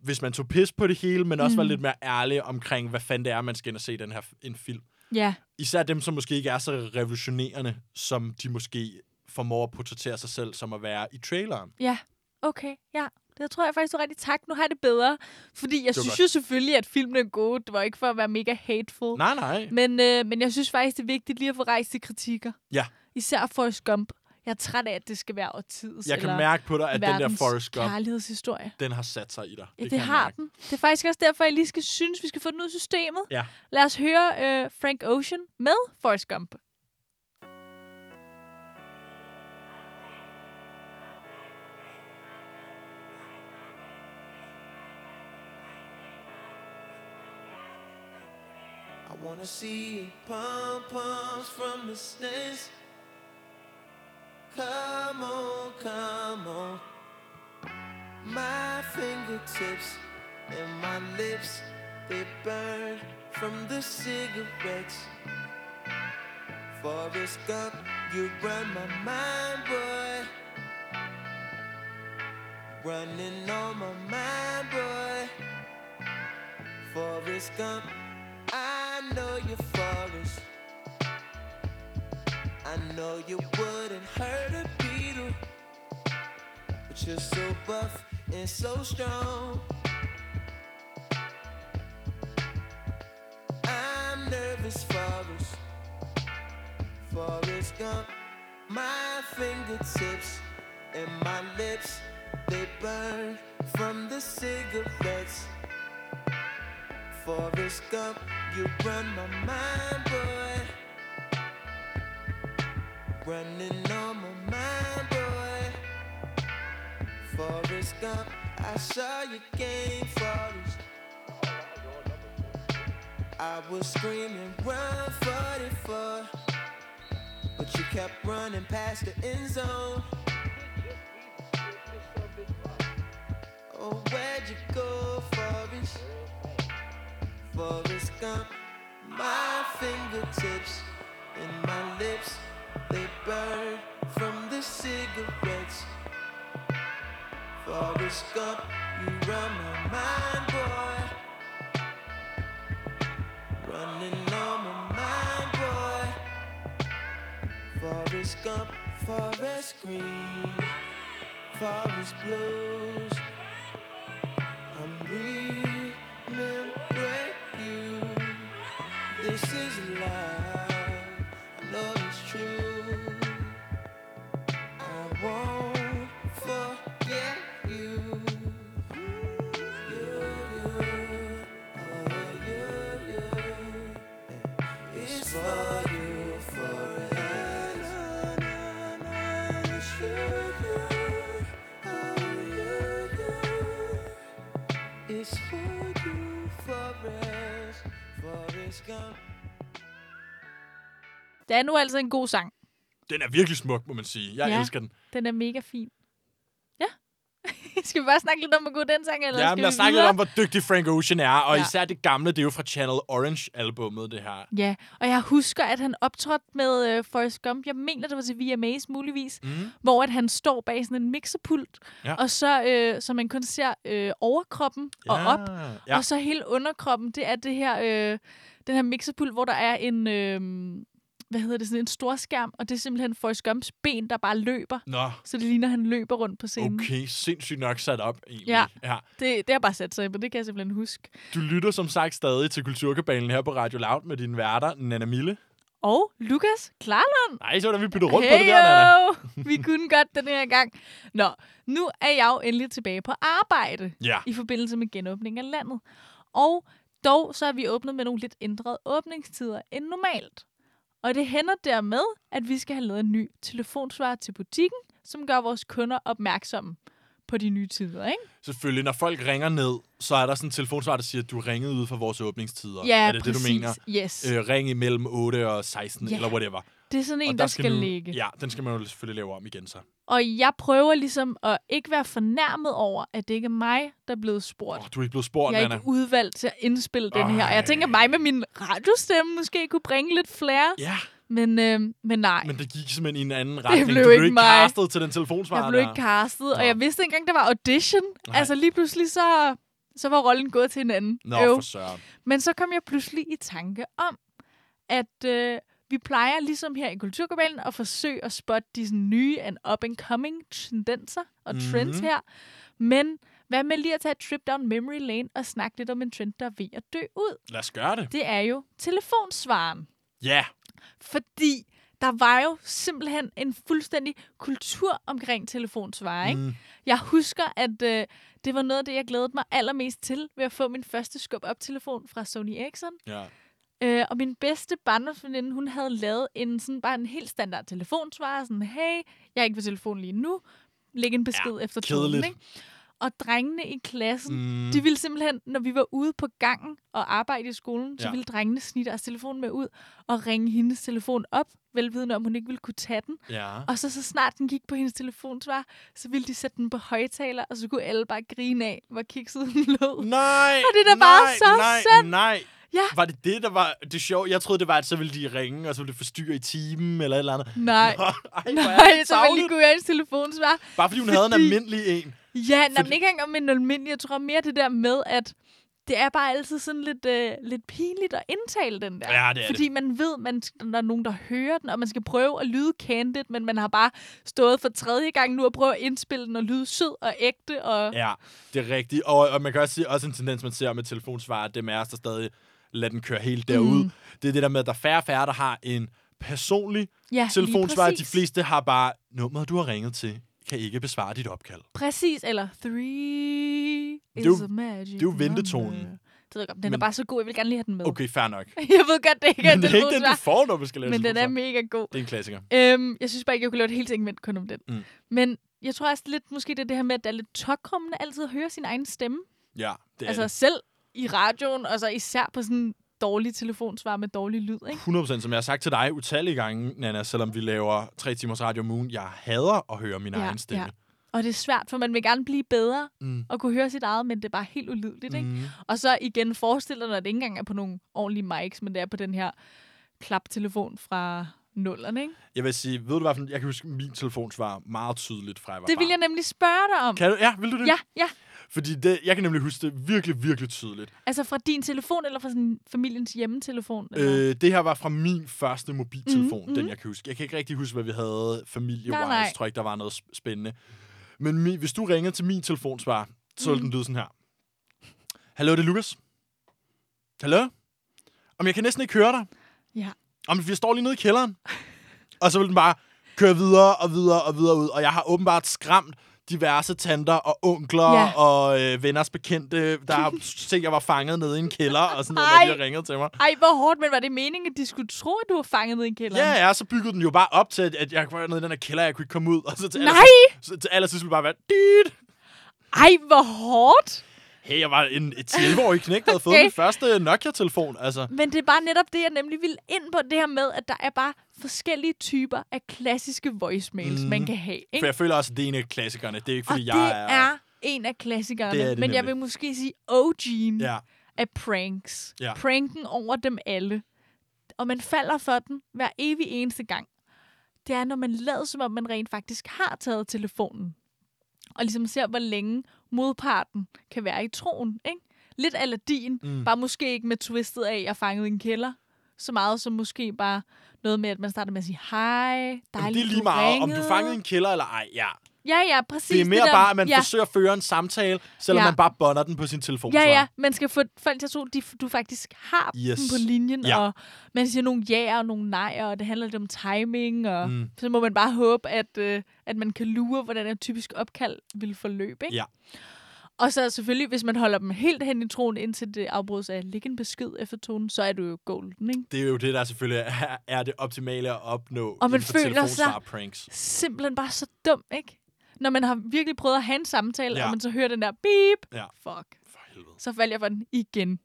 Speaker 2: hvis man tog pis på det hele, men også mm. var lidt mere ærlig omkring, hvad fanden det er, man skal ind og se den her f- en film
Speaker 1: Ja.
Speaker 2: især dem, som måske ikke er så revolutionerende, som de måske formår at portrættere sig selv som at være i traileren.
Speaker 1: Ja, okay, ja. Det tror jeg faktisk, du er rigtig tak. Nu har jeg det bedre. Fordi jeg
Speaker 2: var
Speaker 1: synes
Speaker 2: godt.
Speaker 1: jo selvfølgelig, at filmen er god. Det var ikke for at være mega hateful.
Speaker 2: Nej, nej.
Speaker 1: Men, øh, men jeg synes faktisk, det er vigtigt lige at få rejst til kritikker.
Speaker 2: Ja.
Speaker 1: Især Forrest Gump. Jeg er træt af, at det skal være årtids
Speaker 2: Jeg
Speaker 1: eller
Speaker 2: kan mærke på dig, at den der
Speaker 1: verdens
Speaker 2: Forrest Gump,
Speaker 1: kærlighedshistorie.
Speaker 2: den har sat sig i dig.
Speaker 1: Ja, det,
Speaker 2: kan
Speaker 1: det
Speaker 2: jeg
Speaker 1: har
Speaker 2: mærke.
Speaker 1: den. Det er faktisk også derfor, jeg lige skal synes, vi skal få den ud af systemet.
Speaker 2: Ja.
Speaker 1: Lad os høre øh, Frank Ocean med Forrest Gump.
Speaker 7: I wanna see pom poms from the stands. Come on, come on. My fingertips and my lips, they burn from the cigarettes. Forrest Gump, you run my mind, boy. Running on my mind, boy. Forrest Gump, I know you're Forrest. I know you wouldn't hurt a beetle, but you're so buff and so strong. I'm nervous, Forrest. Forrest Gump, my fingertips and my lips, they burn from the cigarettes. Forrest Gump, you run my mind, boy. Running on my mind, boy. Forrest Gump, I saw your game, Forrest. I was screaming, run 44. But you kept running past the end zone. Oh, where'd you go, Forrest? Forrest Gump. My fingertips and my lips, they burn from the cigarettes. Forrest Gump, you run my mind, boy. Running on my mind, boy. Forrest Gump, Forrest Green, Forrest Blues. I'm real. remember you. This is love. I know it's true. I won't forget you. You, you, oh, you, you. It's for you forever. Na, na, na, it's you, oh, you, you. It's for you, Forrest, Forrest Gump.
Speaker 1: Det er nu altså en god sang.
Speaker 2: Den er virkelig smuk, må man sige. Jeg
Speaker 1: Ja.
Speaker 2: ja. elsker den.
Speaker 1: Den er mega fin. Ja. (laughs) skal vi bare snakke lidt om, hvor god den sang er? eller
Speaker 2: Ja,
Speaker 1: skal
Speaker 2: men lad
Speaker 1: vi
Speaker 2: os snakke lidt
Speaker 1: videre?
Speaker 2: om, hvor dygtig Frank Ocean er. Og
Speaker 1: Ja.
Speaker 2: ja. især det gamle, det er jo fra Channel Orange-albummet, det her.
Speaker 1: Ja, og jeg husker, at han optrådte med øh, Forrest Gump. Jeg mener, det var til VMAs muligvis, mm. hvor at han står bag sådan en mixerpult,
Speaker 2: Mhm. Ja.
Speaker 1: og så, øh, så man kun ser øh, overkroppen og
Speaker 2: ja.
Speaker 1: op,
Speaker 2: Ja.
Speaker 1: og så hele underkroppen, det er det her, øh, den her mixerpult, hvor der er en, øh, hvad hedder det, sådan en stor skærm, og det er simpelthen Forrest Gumps ben, der bare løber.
Speaker 2: Nå,
Speaker 1: Så det ligner, at han løber rundt på scenen.
Speaker 2: okay. Sindssygt nok sat op, egentlig.
Speaker 1: Ja.
Speaker 2: ja.
Speaker 1: Det, det har jeg bare sat sig på, det kan jeg simpelthen huske.
Speaker 2: Du lytter som sagt stadig til Kulturkabalen her på Radio Loud med dine værter, Nana Mille.
Speaker 1: Og Lukas Klarlund.
Speaker 2: Nej, så er der, vi bytter rundt
Speaker 1: hey
Speaker 2: på det der, Nana.
Speaker 1: Vi kunne godt den her gang. Nå, nu er jeg jo endelig tilbage på arbejde
Speaker 2: Ja.
Speaker 1: i forbindelse med genåbningen af landet. Og dog så er vi åbnet med nogle lidt ændrede åbningstider end normalt. Og det hænder dermed, at vi skal have lavet en ny telefonsvar til butikken, som gør vores kunder opmærksomme på de nye tider, ikke?
Speaker 2: Selvfølgelig, når folk ringer ned, så er der sådan en telefonsvar, der siger, at du ringede ud fra vores åbningstider.
Speaker 1: Ja,
Speaker 2: er det
Speaker 1: præcis.
Speaker 2: det, du mener?
Speaker 1: Yes.
Speaker 2: Øh, ring imellem 8 og 16,
Speaker 1: Ja.
Speaker 2: eller whatever.
Speaker 1: Det er sådan en,
Speaker 2: og
Speaker 1: der, der skal,
Speaker 2: nu-
Speaker 1: ligge.
Speaker 2: Ja, den skal man jo selvfølgelig lave om igen så.
Speaker 1: Og jeg prøver ligesom at ikke være fornærmet over, at det ikke er mig, der er blevet spurgt.
Speaker 2: Oh, du er ikke blevet spurgt,
Speaker 1: jeg er
Speaker 2: Nana.
Speaker 1: ikke udvalgt til at indspille den her. Og jeg
Speaker 2: Ej.
Speaker 1: tænker, mig med min radiostemme måske kunne bringe lidt flere.
Speaker 2: Ja,
Speaker 1: Men, øh, men nej, men
Speaker 2: men det gik simpelthen i en anden retning.
Speaker 1: blev
Speaker 2: du blev
Speaker 1: ikke
Speaker 2: ikke
Speaker 1: mig.
Speaker 2: castet til den telefonsvar.
Speaker 1: jeg blev ikke castet. Og
Speaker 2: Nå.
Speaker 1: jeg vidste ikke engang, der var audition. Nej. Altså lige pludselig, så, så var rollen gået til en anden.
Speaker 2: Nå,
Speaker 1: Øv.
Speaker 2: for søren.
Speaker 1: Men så kom jeg pludselig i tanke om, at øh, vi plejer ligesom her i Kulturkabalen at forsøge at spotte de sådan, nye and up-and-coming tendenser og trends
Speaker 2: Mhm.
Speaker 1: her. Men hvad med lige at tage et trip down memory lane og snakke lidt om en trend, der er ved at dø ud?
Speaker 2: Lad os gøre det.
Speaker 1: Det er jo telefonsvaren.
Speaker 2: Ja,
Speaker 1: Fordi der var jo simpelthen en fuldstændig kultur omkring telefonsvarer. Ikke? Mm. Jeg husker, at øh, det var noget af det, jeg glædede mig allermest til ved at få min første skub-op-telefon fra Sony Ericsson.
Speaker 2: ja.
Speaker 1: Øh, og min bedste barndomsveninde, hun havde lavet en, sådan, bare en helt standard telefonsvarer. Sådan, hey, jeg er ikke på telefon lige nu. Læg en besked ja, efter tonen.
Speaker 2: kedeligt.
Speaker 1: Ikke? Og drengene i klassen, mm. de ville simpelthen, når vi var ude på gangen og arbejde i skolen, så
Speaker 2: Ja.
Speaker 1: ville drengene snige deres telefon med ud og ringe hendes telefon op, velvidende om hun ikke ville kunne tage den.
Speaker 2: ja.
Speaker 1: Og så, så snart den gik på hendes telefonsvar, så ville de sætte den på højtaler, og så kunne alle bare grine af, hvor kikset den
Speaker 2: Mm.
Speaker 1: lød.
Speaker 2: Nej,
Speaker 1: Og det er da
Speaker 2: nej,
Speaker 1: bare så
Speaker 2: nej,
Speaker 1: synd.
Speaker 2: Nej,
Speaker 1: Ja.
Speaker 2: Var det det, der var det sjove? Jeg troede, det var, at så ville de ringe, og så ville det forstyrre i timen, eller et eller andet.
Speaker 1: Nej.
Speaker 2: Nå, (laughs) ej, hvor er
Speaker 1: Nej,
Speaker 2: det
Speaker 1: så ville de
Speaker 2: tarveligt.
Speaker 1: kunne høre hendes telefonsvar.
Speaker 2: Bare fordi hun havde en
Speaker 1: Fordi-
Speaker 2: almindelig en.
Speaker 1: Ja, nej, men
Speaker 2: Fordi-
Speaker 1: ikke engang om en almindelig. Jeg tror mere det der med, at det er bare altid sådan lidt, øh, lidt pinligt at indtale den der.
Speaker 2: Ja, det er
Speaker 1: Fordi man ved, man, der er nogen, der hører den, og man skal prøve at lyde candid, men man har bare stået for tredje gang nu og prøvet at indspille den og lyde sød og ægte. Og... Ja.
Speaker 2: Ja, det er rigtigt. Og, og man kan også se, også en tendens, man ser med telefonsvarer, det er os, der stadig lader den køre helt derud. Mm. Det er det der med, at der er færre og færre, der har en personlig
Speaker 1: Ja,
Speaker 2: telefonsvarer.
Speaker 1: lige
Speaker 2: De
Speaker 1: præcis.
Speaker 2: fleste har bare, nummeret, du har ringet til, kan ikke besvare dit opkald.
Speaker 1: Præcis, eller three is
Speaker 2: er jo-
Speaker 1: a magic
Speaker 2: det er jo ventetonen.
Speaker 1: number. Det ved jeg godt, men den er
Speaker 2: Men-
Speaker 1: bare så god, jeg vil gerne lige have den med.
Speaker 2: Okay, fair nok.
Speaker 1: (laughs) Jeg ved godt, det ikke er
Speaker 2: Men det er ikke den, du
Speaker 1: telefonsvar,
Speaker 2: får, når man skal lave
Speaker 1: men den er
Speaker 2: telefonsvarer.
Speaker 1: mega god.
Speaker 2: Det er en klassiker.
Speaker 1: Øhm, jeg synes bare ikke, jeg kunne lave et helt segment kun om den. Mm.
Speaker 2: Mm.
Speaker 1: Men jeg tror også lidt, måske det er det her med, at det er lidt tokrummende altid at høre sin egen stemme.
Speaker 2: Ja, det er
Speaker 1: altså
Speaker 2: altså, det.
Speaker 1: selv i radioen, og så især på sådan en dårlig telefonsvar med dårlig lyd, ikke?
Speaker 2: 100% som jeg har sagt til dig utallige gange, Nana, selvom vi laver tre timers radio om ugen, jeg hader at høre min egen stemme.
Speaker 1: Og det er svært, for man vil gerne blive bedre mm. og kunne høre sit eget, men det er bare helt ulydeligt, ikke? Mm. Og så igen forestiller dig, at det ikke engang er på nogle ordentlige mics, men det er på den her klaptelefon fra nullerne, ikke?
Speaker 2: Jeg vil sige, ved du hvad, for en- jeg kan huske min telefonsvar meget tydeligt fra jeg var
Speaker 1: Det vil
Speaker 2: barn.
Speaker 1: jeg nemlig spørge dig om.
Speaker 2: Kan du? Ja, vil du det?
Speaker 1: Ja, ja.
Speaker 2: Fordi det, jeg kan nemlig huske det virkelig, virkelig tydeligt.
Speaker 1: Altså fra din telefon, eller fra sådan familiens hjemmetelefon? Eller?
Speaker 2: Øh, det her var fra min første mobiltelefon, mm-hmm. den jeg kan huske. Jeg kan ikke rigtig huske, hvad vi havde familie-wise.
Speaker 1: Mm, Nej, nej.
Speaker 2: Jeg tror ikke, der var noget sp- spændende.
Speaker 1: Mm.
Speaker 2: Men mi, hvis du ringede til min telefonsvar, så ville den lyde sådan her. Hallo, det er Lukas. Hallo? Om jeg kan næsten ikke høre dig.
Speaker 1: Ja.
Speaker 2: Om vi står lige nede i kælderen. Og så vil den bare køre videre og videre og videre ud. Og jeg har åbenbart skræmt diverse tanter og onkler ja.
Speaker 1: Ja.
Speaker 2: og øh, venners bekendte,
Speaker 1: (laughs)
Speaker 2: der har set, at jeg var fanget nede i en kælder og sådan noget, når de
Speaker 1: Ej.
Speaker 2: har ringet til mig.
Speaker 1: Ej, hvor hårdt, men var det meningen, at de skulle tro, at du var fanget ned i kælderen?
Speaker 2: Ja, ja, så byggede den jo bare op til, at- at jeg var nede i den her kælder, og jeg kunne ikke komme ud. Og så til
Speaker 1: Nej!
Speaker 2: Allersidst, så til allersidst ville det bare være, dit!
Speaker 1: Ej, hvor hårdt!
Speaker 2: Hey, jeg var en, et 11-årig knæk, der havde fået
Speaker 1: Okay.
Speaker 2: min første Nokia-telefon. Altså,
Speaker 1: Men det er bare netop det, jeg nemlig ville ind på, det her med, at der er bare forskellige typer af klassiske voicemails, mm. man kan have.
Speaker 2: for
Speaker 1: Ikke?
Speaker 2: jeg føler også, at det er en af klassikerne. Det er ikke,
Speaker 1: Og
Speaker 2: Mhm. fordi
Speaker 1: det
Speaker 2: jeg er...
Speaker 1: er en af klassikerne.
Speaker 2: Det er det
Speaker 1: men jeg
Speaker 2: nemlig.
Speaker 1: vil måske sige OG'en
Speaker 2: Ja.
Speaker 1: af pranks.
Speaker 2: Ja.
Speaker 1: Pranken over dem alle. Og man falder for den hver evig eneste gang. Det er, når man lader, som om man rent faktisk har taget telefonen. Og ligesom ser, hvor længe modparten kan være i troen. Ikke? Lidt Aladdin, mm. bare måske ikke med twistet af, jeg er fanget i en kælder. Så meget som måske bare noget med, at man starter med at sige, hej, dejligt,
Speaker 2: Jamen, det er
Speaker 1: du
Speaker 2: lige meget, om du
Speaker 1: ringede."
Speaker 2: er fanget i en kælder eller ej. Ja.
Speaker 1: Ja, ja, præcis.
Speaker 2: Det er mere
Speaker 1: der-
Speaker 2: bare, at man
Speaker 1: ja.
Speaker 2: forsøger at føre en samtale, selvom
Speaker 1: Ja.
Speaker 2: man bare bonder den på sin telefon.
Speaker 1: Ja, ja, man skal få folk til at tro, at de, du faktisk har yes.
Speaker 2: Yes.
Speaker 1: dem på linjen,
Speaker 2: Ja.
Speaker 1: ja. og man siger nogle ja og nogle nejer, og det handler lidt om timing, og mm. så må man bare håbe, at, øh, at man kan lure, hvordan et typisk opkald vil forløbe. Ikke?
Speaker 2: Ja.
Speaker 1: Og så selvfølgelig, hvis man holder dem helt hen i troen, indtil det afbrydes af, læg en besked efter tonen, så er du jo golden, ikke?
Speaker 2: Det er jo det, der selvfølgelig er, er det optimale at opnå
Speaker 1: Og man
Speaker 2: inden for
Speaker 1: føler sig-
Speaker 2: telefonsvar-pranks.
Speaker 1: Simpelthen bare så dum, ikke? Når man har virkelig prøvet at have en samtale,
Speaker 2: Ja.
Speaker 1: og man så hører den der beep,
Speaker 2: Ja.
Speaker 1: fuck.
Speaker 2: For helvede.
Speaker 1: så faldt jeg for den igen.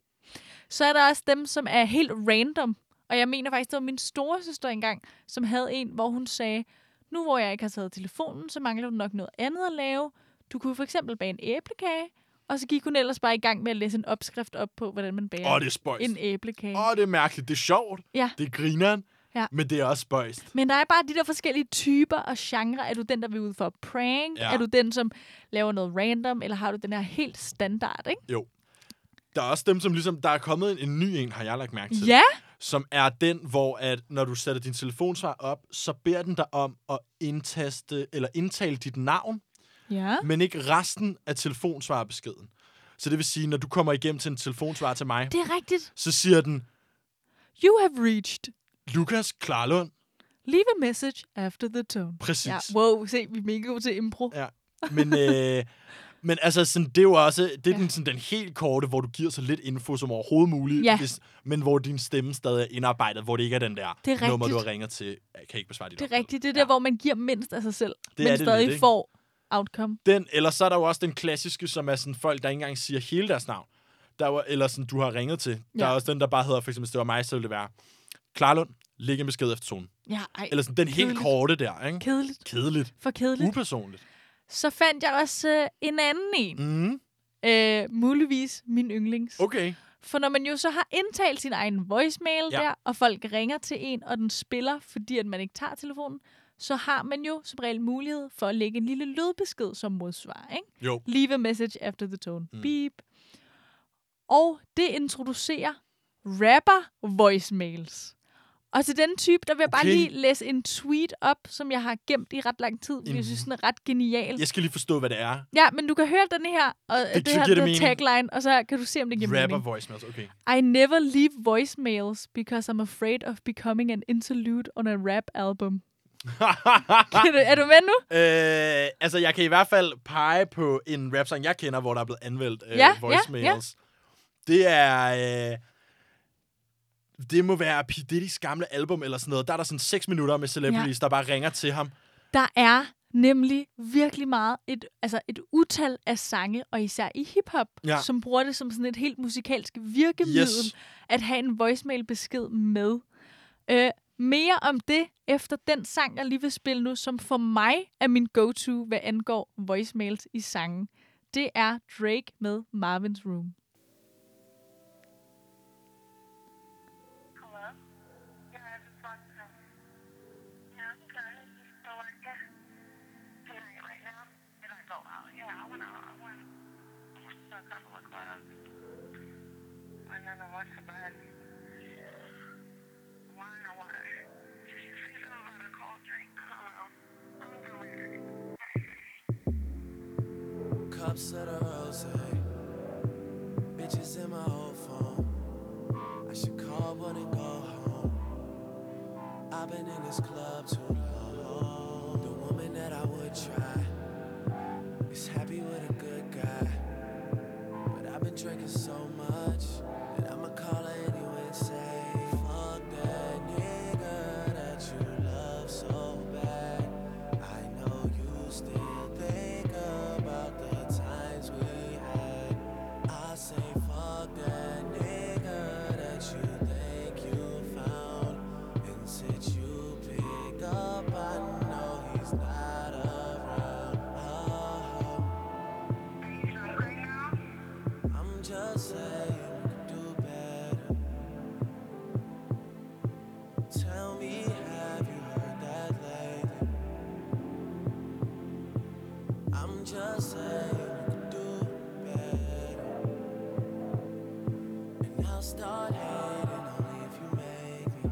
Speaker 1: Så er der også dem, som er helt random. Og jeg mener faktisk, det var min store søster engang, som havde en, hvor hun sagde, nu hvor jeg ikke har taget telefonen, så mangler du nok noget andet at lave. Du kunne for eksempel bage en æblekage, og så gik hun ellers bare i gang med at læse en opskrift op på, hvordan man bager
Speaker 2: Åh, det er spøjst.
Speaker 1: en æblekage.
Speaker 2: Åh, det er mærkeligt. Det er sjovt.
Speaker 1: Ja.
Speaker 2: Det er grineren.
Speaker 1: Ja.
Speaker 2: Men det er også spøjst.
Speaker 1: Men der er bare de der forskellige typer og genre. Er du den, der vil ud for at prank?
Speaker 2: Ja.
Speaker 1: Er du den, som laver noget random? Eller har du den her helt standard, ikke?
Speaker 2: Jo. Der er også dem, som ligesom... Der er kommet en, en ny en, har jeg lagt mærke til.
Speaker 1: Ja,
Speaker 2: Som er den, hvor at når du sætter din telefonsvar op, så beder den dig om at indtaste, eller indtale dit navn,
Speaker 1: ja.
Speaker 2: men ikke resten af telefonsvarbeskeden. Så det vil sige, når du kommer igennem til en telefonsvar til mig,
Speaker 1: Det er rigtigt.
Speaker 2: så siger den,
Speaker 1: You have reached
Speaker 2: Lukas Klarlund.
Speaker 1: Leave a message after the tone.
Speaker 2: Præcis.
Speaker 1: Ja, wow, se, vi er mega gode til impro. Ja.
Speaker 2: Ja. Men, øh, (laughs) men altså, sådan, det er jo også det er ja. den, sådan, den helt korte, hvor du giver så lidt info som overhovedet muligt,
Speaker 1: Ja.
Speaker 2: hvis, men hvor din stemme stadig er indarbejdet, hvor det ikke er den der
Speaker 1: Det er
Speaker 2: nummer, du
Speaker 1: rigtigt.
Speaker 2: har ringet til. Jeg kan ikke besvare dit
Speaker 1: Det er
Speaker 2: opkald.
Speaker 1: rigtigt. Det er der, ja. hvor man giver mindst af sig selv,
Speaker 2: Det
Speaker 1: det men
Speaker 2: er det
Speaker 1: stadig
Speaker 2: lidt, ikke?
Speaker 1: får outcome.
Speaker 2: Den, eller så er der jo også den klassiske, som er sådan folk, der ikke engang siger hele deres navn. Der var, eller sådan, du har ringet til. Der
Speaker 1: Ja.
Speaker 2: er også den, der bare hedder, for eksempel, hvis det var mig, så ville det være, Klarlund, læg en besked efter tonen.
Speaker 1: Ja, ej.
Speaker 2: Eller sådan den helt
Speaker 1: Kedeligt.
Speaker 2: korte der, ikke?
Speaker 1: Kedeligt.
Speaker 2: Kedeligt.
Speaker 1: For kedeligt.
Speaker 2: Upersonligt.
Speaker 1: Så fandt jeg også øh, en anden en.
Speaker 2: Mm.
Speaker 1: Øh, muligvis min yndlings.
Speaker 2: Okay.
Speaker 1: For når man jo så har indtalt sin egen voicemail
Speaker 2: Ja.
Speaker 1: ja. der, og folk ringer til en, og den spiller, fordi at man ikke tager telefonen, så har man jo som regel mulighed for at lægge en lille lydbesked som modsvar, ikke?
Speaker 2: Jo.
Speaker 1: Leave a message after the tone. Mm. Beep. Og det introducerer rapper voicemails. Og til den type, der vil jeg bare
Speaker 2: Okay.
Speaker 1: lige læse en tweet op, som jeg har gemt i ret lang tid, fordi
Speaker 2: Mm.
Speaker 1: jeg synes, den er ret genial.
Speaker 2: Jeg skal lige forstå, hvad det er.
Speaker 1: Ja, men du kan høre den her, og det, det
Speaker 2: så
Speaker 1: her
Speaker 2: giver det
Speaker 1: det
Speaker 2: mening.
Speaker 1: tagline, og så kan du se, om det giver
Speaker 2: Rapper
Speaker 1: mening.
Speaker 2: voicemails, okay.
Speaker 1: I never leave voicemails because I'm afraid of becoming an interlude on a rap (laughs) album. Kan du, er du med nu?
Speaker 2: Øh, altså, jeg kan i hvert fald pege på en rapsang, jeg kender, hvor der er blevet anvendt
Speaker 1: Ja,
Speaker 2: øh,
Speaker 1: ja,
Speaker 2: voicemails. Ja, ja. Det er... Øh, det må være P. Diddy's gamle album eller sådan noget. Der er der sådan 6 minutter med celebrities, ja. der bare ringer til ham.
Speaker 1: Der er nemlig virkelig meget et, altså et utal af sange, og især i hiphop,
Speaker 2: Ja.
Speaker 1: ja. som bruger det som sådan et helt musikalsk virkemiddel,
Speaker 2: Yes.
Speaker 1: yes. at have en voicemail-besked med. Øh, mere om det efter den sang, jeg lige vil spille nu, som for mig er min go-to, hvad angår voicemails i sangen. Det er Drake med Marvin's Room.
Speaker 9: Hello? Yeah, I just logged in. Yeah, I'm good. You still work there? Can I get right now? Did I go out? Yeah, I went out. I went. I went to a couple of clubs. I never went to bed. Why or what? She's about a cold drink. I don't know. I'm delirious.
Speaker 8: Cups of the rose. Bitches in my whole phone.
Speaker 7: I should call but it go home. I've been in this club too long. The woman that I would try is happy with a good guy. But I've been drinking so much that I'ma call her anyway and say, Fuck that nigga that you love so bad. I know you still think about the times we had. I say, Fuck that nigga that you think you found. And since you pick up, I know he's not around. Oh,
Speaker 9: Are you drunk right now?
Speaker 7: I'm just saying we could do better. Tell me, have you heard that lately? I'm just saying we could do better. And I'll start hating only if you make me.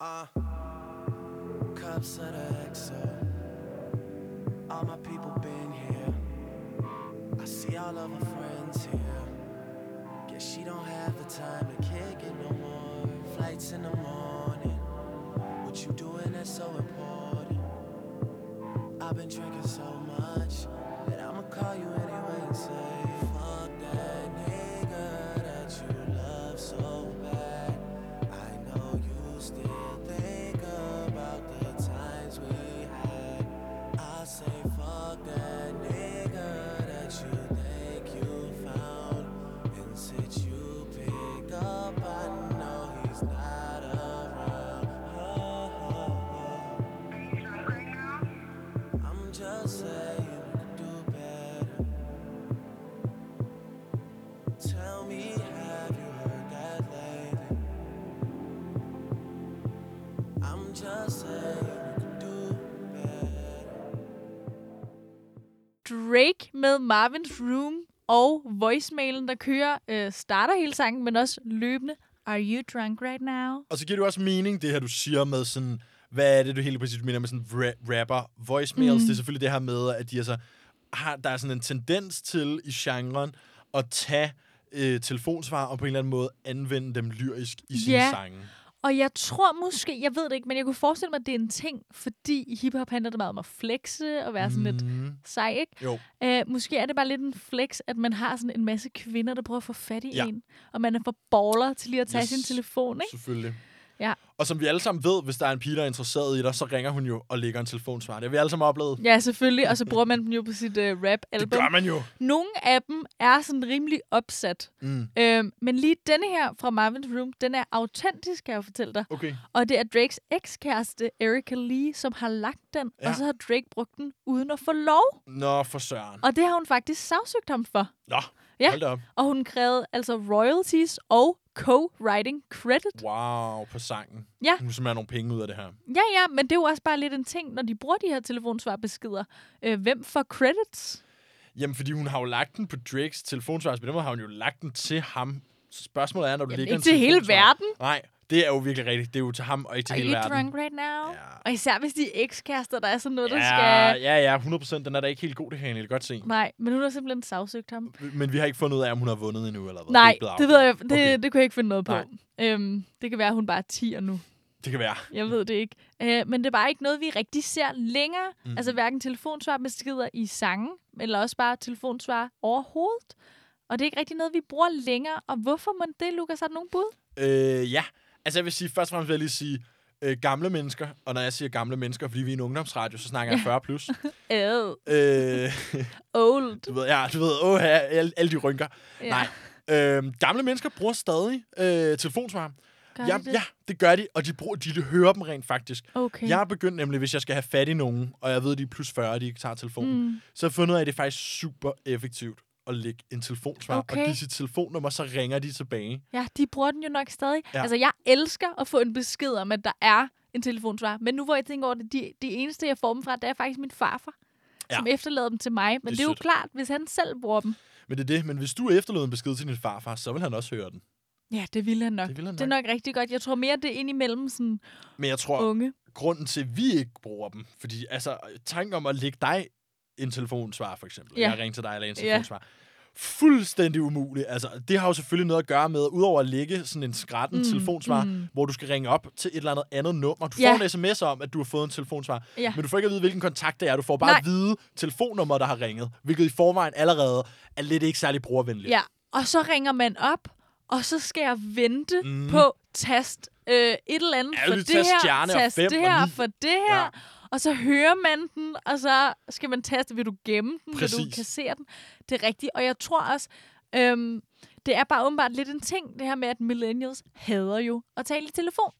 Speaker 7: Uh, cups of the XO. All my people been here. I see all of my friends here. Guess she don't have the time to kick it no more. Flights in the morning. What you doing that's so important. I've been drinking so much that I'ma call you anyway and say, Fuck that nigga that you love so bad. I know you still think about the times we had. I say, Fuck that nigga that you think you found. And since you pick up, I know he's not around.
Speaker 9: Are you drunk right now?
Speaker 7: I'm just saying we could do better. Tell me, have you heard that lately? I'm just saying we could do better.
Speaker 1: Drake med Marvin's Room og voicemailen, der kører, øh, starter hele sangen, men også løbende. Are you drunk right now?
Speaker 2: Og så giver det jo også mening, det her, du siger med sådan... Hvad er det, du helt præcis mener med sådan ra- rapper voicemails? Mm. Det er selvfølgelig det her med, at de altså, har, der er sådan en tendens til i genren at tage øh, telefonsvar og på en eller anden måde anvende dem lyrisk i sine
Speaker 1: Ja.
Speaker 2: sange.
Speaker 1: Og jeg tror måske, jeg ved det ikke, men jeg kunne forestille mig, at det er en ting, fordi i hiphop handler det meget om at flexe og være sådan mm. lidt sej, ikke?
Speaker 2: Jo.
Speaker 1: Øh, måske er det bare lidt en flex, at man har sådan en masse kvinder, der prøver at få fat i
Speaker 2: Ja.
Speaker 1: ja. en. Og man er for baller til lige at tage yes. sin
Speaker 2: Yes.
Speaker 1: telefon, ikke?
Speaker 2: Selvfølgelig.
Speaker 1: Ja.
Speaker 2: Og som vi alle sammen ved, hvis der er en pige, der er interesseret i dig, så ringer hun jo og lægger en telefonsvar. Det har vi alle sammen oplevet.
Speaker 1: Ja, selvfølgelig. Og så bruger man dem jo på sit øh,
Speaker 2: Det
Speaker 1: rap-album.
Speaker 2: gør man jo.
Speaker 1: Nogle af dem er sådan rimelig opsat.
Speaker 2: Mm.
Speaker 1: Øhm, men lige denne her fra Marvin's Room, den er autentisk, kan jeg jo fortælle dig.
Speaker 2: Okay.
Speaker 1: Og det er Drakes ekskæreste, Erika Lee, som har lagt den,
Speaker 2: Ja.
Speaker 1: og så har Drake brugt den uden at få lov.
Speaker 2: Nå, for søren.
Speaker 1: Og det har hun faktisk sagsøgt ham for.
Speaker 2: Nå,
Speaker 1: Ja.
Speaker 2: hold da op.
Speaker 1: Og hun krævede altså royalties og co-writing credit.
Speaker 2: Wow, på sangen.
Speaker 1: Ja.
Speaker 2: Nu skal man have nogle penge ud af det her.
Speaker 1: Ja, ja, men det er jo også bare lidt en ting, når de bruger de her telefonsvarbeskeder. Øh, hvem får credits?
Speaker 2: Jamen, fordi hun har jo lagt den på Drakes telefonsvar, så på den måde har hun jo lagt den til ham. Så spørgsmålet er, når du
Speaker 1: Jamen,
Speaker 2: ligger
Speaker 1: ikke til hele
Speaker 2: telefonsvarer-
Speaker 1: verden.
Speaker 2: Nej, det er jo virkelig rigtigt. Det er jo til ham og ikke til
Speaker 1: Are
Speaker 2: hele
Speaker 1: you
Speaker 2: verden.
Speaker 1: drunk right now?
Speaker 2: Ja.
Speaker 1: Og især hvis de er ekskærester, der er sådan noget, der
Speaker 2: Ja,
Speaker 1: skal...
Speaker 2: ja, ja, 100 Den er da ikke helt god, det kan jeg egentlig godt se.
Speaker 1: Nej, men hun har simpelthen sagsøgt ham.
Speaker 2: Men vi har ikke fundet ud af, om hun har vundet endnu, eller hvad. er
Speaker 1: Nej,
Speaker 2: ikke blevet
Speaker 1: det ved jeg,
Speaker 2: afgjort.
Speaker 1: det,
Speaker 2: Okay,
Speaker 1: det kunne jeg ikke finde noget på.
Speaker 2: Nej.
Speaker 1: Øhm, det kan være, at hun bare er 10'er nu.
Speaker 2: det kan være.
Speaker 1: Jeg ved det ikke. Øh, men det er bare ikke noget, vi rigtig ser længere. Mm.
Speaker 2: Mhm.
Speaker 1: Altså hverken telefonsvarbeskeder i sangen, eller også bare telefonsvar overhovedet. Og det er ikke rigtig noget, vi bruger længere. Og hvorfor må det, Lukas? Har du nogen bud?
Speaker 2: Øh, ja. Altså, jeg vil sige, først og fremmest vil jeg lige sige, øh, gamle mennesker, og når jeg siger gamle mennesker, fordi vi er en ungdomsradio, så snakker jeg 40 plus.
Speaker 1: Øh,
Speaker 2: øh, (laughs)
Speaker 1: old.
Speaker 2: du ved, ja, du ved, åh, alle, alle de rynker.
Speaker 1: Ja.
Speaker 2: Ja. Nej. Øh, gamle mennesker bruger stadig øh, telefonsvar.
Speaker 1: Gør
Speaker 2: ja,
Speaker 1: de det?
Speaker 2: ja, det gør de, og de, bruger, de hører dem rent faktisk.
Speaker 1: Okay.
Speaker 2: Jeg er begyndt nemlig, hvis jeg skal have fat i nogen, og jeg ved, at de er plus 40, de ikke tager telefonen, mm. så har jeg fundet ud af, at det er faktisk super effektivt at lægge en telefonsvar
Speaker 1: Okay.
Speaker 2: og give sit telefonnummer, så ringer de tilbage.
Speaker 1: Ja, de bruger den jo nok stadig. Ja.
Speaker 2: Ja.
Speaker 1: Altså, jeg elsker at få en besked om, at der er en telefonsvar. Men nu hvor jeg tænker over det, de, det eneste, jeg får dem fra, det er faktisk min farfar, ja.
Speaker 2: Ja.
Speaker 1: som efterlader dem til mig. Men det er,
Speaker 2: Det er
Speaker 1: det er jo
Speaker 2: sødt.
Speaker 1: klart, hvis han selv bruger dem.
Speaker 2: Men det er det. Men hvis du efterlod en besked til din farfar, så vil han også høre den.
Speaker 1: Ja, det ville han nok.
Speaker 2: Det ville han
Speaker 1: det er
Speaker 2: nok.
Speaker 1: nok rigtig godt. Jeg tror mere, det er indimellem sådan
Speaker 2: Men jeg tror,
Speaker 1: unge.
Speaker 2: grunden til, at vi ikke bruger dem, fordi altså, tanken om at lægge dig en telefonsvar, for eksempel.
Speaker 1: Ja.
Speaker 2: Ja. Jeg ringer til dig og lægger en
Speaker 1: Ja.
Speaker 2: telefonsvar. Fuldstændig umuligt. Altså, det har jo selvfølgelig noget at gøre med, udover at lægge sådan en skratten mm, telefonsvar, mm. hvor du skal ringe op til et eller andet andet nummer. Du
Speaker 1: Ja.
Speaker 2: får en sms om, at du har fået en telefonsvar,
Speaker 1: Ja.
Speaker 2: men du får ikke at vide, hvilken kontakt det er. Du får bare
Speaker 1: Nej.
Speaker 2: at vide telefonnummer, der har ringet, hvilket i forvejen allerede er lidt ikke særlig brugervenligt.
Speaker 1: Ja, og så ringer man op, og så skal jeg vente mm. på tast øh, et eller andet for
Speaker 2: Mhm. Ærgerligt,
Speaker 1: det
Speaker 2: tast
Speaker 1: her,
Speaker 2: stjerne og
Speaker 1: tast
Speaker 2: fem
Speaker 1: det
Speaker 2: og
Speaker 1: her
Speaker 2: ni.
Speaker 1: for det her.
Speaker 2: Ja.
Speaker 1: Og så hører man den, og så skal man taste, vil du gemme den, vil du
Speaker 2: Præcis.
Speaker 1: kassere den. Det er rigtigt, og jeg tror også, øhm, det er bare åbenbart lidt en ting, det her med, at millennials hader jo at tale i telefon.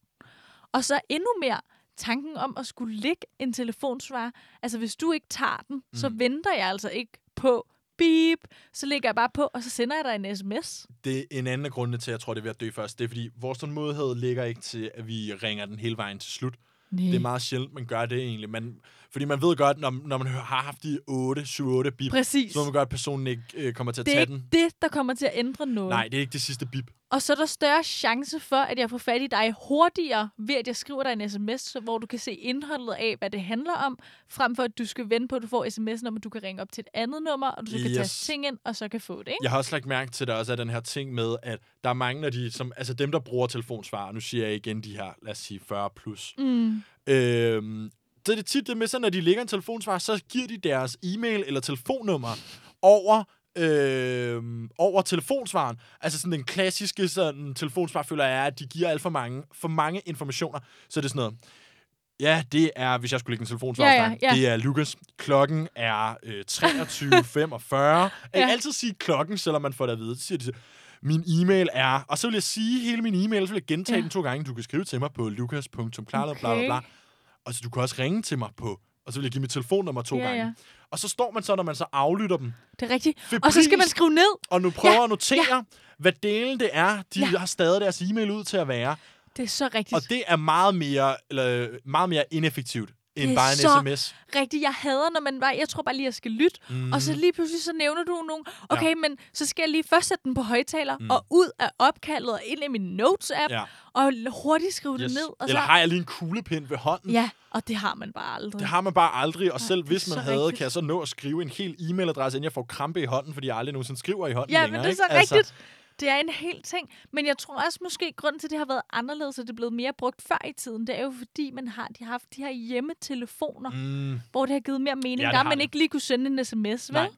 Speaker 1: Og så endnu mere tanken om at skulle ligge en telefonsvar. Altså, hvis du ikke tager den, mm. så venter jeg altså ikke på beep. Så ligger jeg bare på, og så sender jeg dig en sms.
Speaker 2: det er en anden af grundene til, at jeg tror, det er ved at dø først. Det er, fordi vores tålmodighed ligger ikke til, at vi ringer den hele vejen til slut. Nee.
Speaker 1: Mm.
Speaker 2: Det er meget sjældent, man gør det egentlig. Man, fordi man ved godt, når, når man har haft de 8, 7, 8 bip,
Speaker 1: Præcis.
Speaker 2: så ved man godt, at personen ikke øh, kommer til at
Speaker 1: Det er
Speaker 2: tage
Speaker 1: ikke
Speaker 2: den.
Speaker 1: det, der kommer til at ændre noget.
Speaker 2: Nej, det er ikke det sidste bip.
Speaker 1: Og så er der større chance for, at jeg får fat i dig hurtigere, ved at jeg skriver dig en sms, så- hvor du kan se indholdet af, hvad det handler om, frem for at du skal vente på, at du får sms'en om, at du kan ringe op til et andet nummer, og du så kan yes.
Speaker 2: Yes.
Speaker 1: tage ting ind, og så kan få det, ikke?
Speaker 2: Jeg har også lagt mærke til, at der også er den her ting med, at der er mange af de, som, altså dem, der bruger telefonsvar, og nu siger jeg igen de her, lad os sige 40 plus. Mm. Øhm, det er det tit det med, så når de lægger en telefonsvar, så giver de deres e-mail eller telefonnummer over Øhm, over telefonsvaren. Altså sådan den klassiske sådan, telefonsvar, føler jeg, er, at de giver alt for mange, for mange informationer. Så er det sådan noget, Ja, det er, hvis jeg skulle lægge en telefonsvar
Speaker 1: Ja, ja,
Speaker 2: ja,
Speaker 1: ja.
Speaker 2: ja. det er Lukas. Klokken er øh,
Speaker 1: (laughs)
Speaker 2: 23.45. Jeg ja. altid sige klokken, selvom man får det at vide. Så siger de, så, min e-mail er... Og så vil jeg sige hele min e-mail, så vil jeg gentage
Speaker 1: Ja.
Speaker 2: ja. den to gange. Du kan skrive til mig på lukas.klarlad, okay. bla,
Speaker 1: Okay.
Speaker 2: bla, bla. Og så du kan også ringe til mig på... Og så vil jeg give mit telefonnummer to
Speaker 1: Ja,
Speaker 2: ja, gange.
Speaker 1: ja.
Speaker 2: Ja. Og så står man så, når man så aflytter dem,
Speaker 1: Det er rigtigt.
Speaker 2: Febrilsk.
Speaker 1: Og så skal man skrive ned.
Speaker 2: og nu prøver
Speaker 1: Ja,
Speaker 2: ja, at notere, ja. hvad delen det er, de
Speaker 1: Ja.
Speaker 2: ja. har stadig deres e-mail ud til at være.
Speaker 1: Det er så rigtigt.
Speaker 2: Og det er meget mere, eller, meget mere ineffektivt end
Speaker 1: Det er
Speaker 2: bare en
Speaker 1: så
Speaker 2: sms.
Speaker 1: rigtigt, jeg hader, når man var, jeg tror bare lige, jeg skal lytte, mm. og så lige pludselig så nævner du nogen, okay, ja.
Speaker 2: Ja.
Speaker 1: men så skal jeg lige først sætte den på højtaler, mm. og ud af opkaldet, og ind i min Notes-app, ja.
Speaker 2: Ja.
Speaker 1: og l- hurtigt skrive yes. det
Speaker 2: Yes.
Speaker 1: ned. Og
Speaker 2: Eller
Speaker 1: så,
Speaker 2: har jeg lige en kuglepind ved hånden?
Speaker 1: Ja, og det har man bare aldrig.
Speaker 2: Det har man bare aldrig, og selv
Speaker 1: det er
Speaker 2: hvis man
Speaker 1: så
Speaker 2: havde,
Speaker 1: rigtigt.
Speaker 2: kan jeg så nå at skrive en hel e-mailadresse, inden jeg får krampe i hånden, fordi jeg aldrig nogensinde skriver i hånden
Speaker 1: ja,
Speaker 2: længere.
Speaker 1: men det er så
Speaker 2: ikke? Altså-
Speaker 1: rigtigt. Det er en hel ting. Men jeg tror også måske, grunden til, at det har været anderledes, og det er blevet mere brugt før i tiden, det er jo fordi, man har, de har haft de her hjemmetelefoner,
Speaker 2: mm,
Speaker 1: hvor det har givet mere mening.
Speaker 2: Ja, det
Speaker 1: der har
Speaker 2: har
Speaker 1: man
Speaker 2: det.
Speaker 1: ikke lige kunne sende en sms, vel?
Speaker 2: Nej.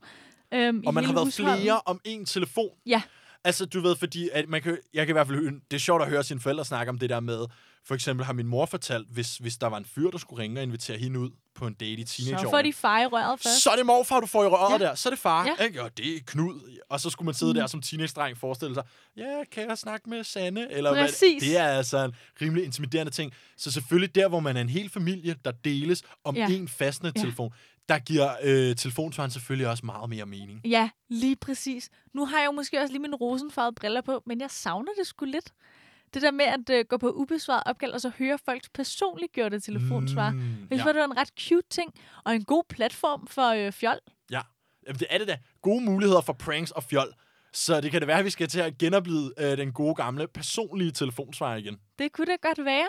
Speaker 1: Øhm, i
Speaker 2: og man har
Speaker 1: hele
Speaker 2: været
Speaker 1: husholdet.
Speaker 2: flere om én telefon.
Speaker 1: Ja,
Speaker 2: Altså, du ved, fordi at man kan, jeg kan i hvert fald høre, det er sjovt at høre sine forældre snakke om det der med, for eksempel har min mor fortalt, hvis, hvis der var en fyr, der skulle ringe og invitere hende ud på en date i
Speaker 1: så
Speaker 2: teenageårene.
Speaker 1: får de far i røret først.
Speaker 2: så er det morfar, du får i røret
Speaker 1: Ja.
Speaker 2: ja. der. Så er det far.
Speaker 1: Ja. Mhm.
Speaker 2: Ja. Ikke? Og det er Knud. Og så skulle man sidde mm. der som teenage-dreng og forestille sig, ja, kan jeg snakke med Sanne? Eller hvad-
Speaker 1: Præcis.
Speaker 2: Det er altså en rimelig intimiderende ting. Så selvfølgelig der, hvor man er en hel familie, der deles om
Speaker 1: Ja.
Speaker 2: ja. én fastnet
Speaker 1: Ja.
Speaker 2: telefon, der giver øh, telefonsvaren selvfølgelig også meget mere mening.
Speaker 1: Ja, lige præcis. Nu har jeg jo måske også lige mine rosenfarvede briller på, men jeg savner det sgu lidt. Det der med at øh, gå på ubesvaret opkald, og så høre folks personliggjorte telefonsvar. Mm, jeg synes,
Speaker 2: ja.
Speaker 1: ja. det var en ret cute ting, og en god platform for øh, fjol.
Speaker 2: Ja. Jamen, det er det da. Gode muligheder for pranks og fjol. Så det kan det være, at vi skal til at genopleve øh, den gode gamle personlige telefonsvar igen.
Speaker 1: Det kunne da godt være.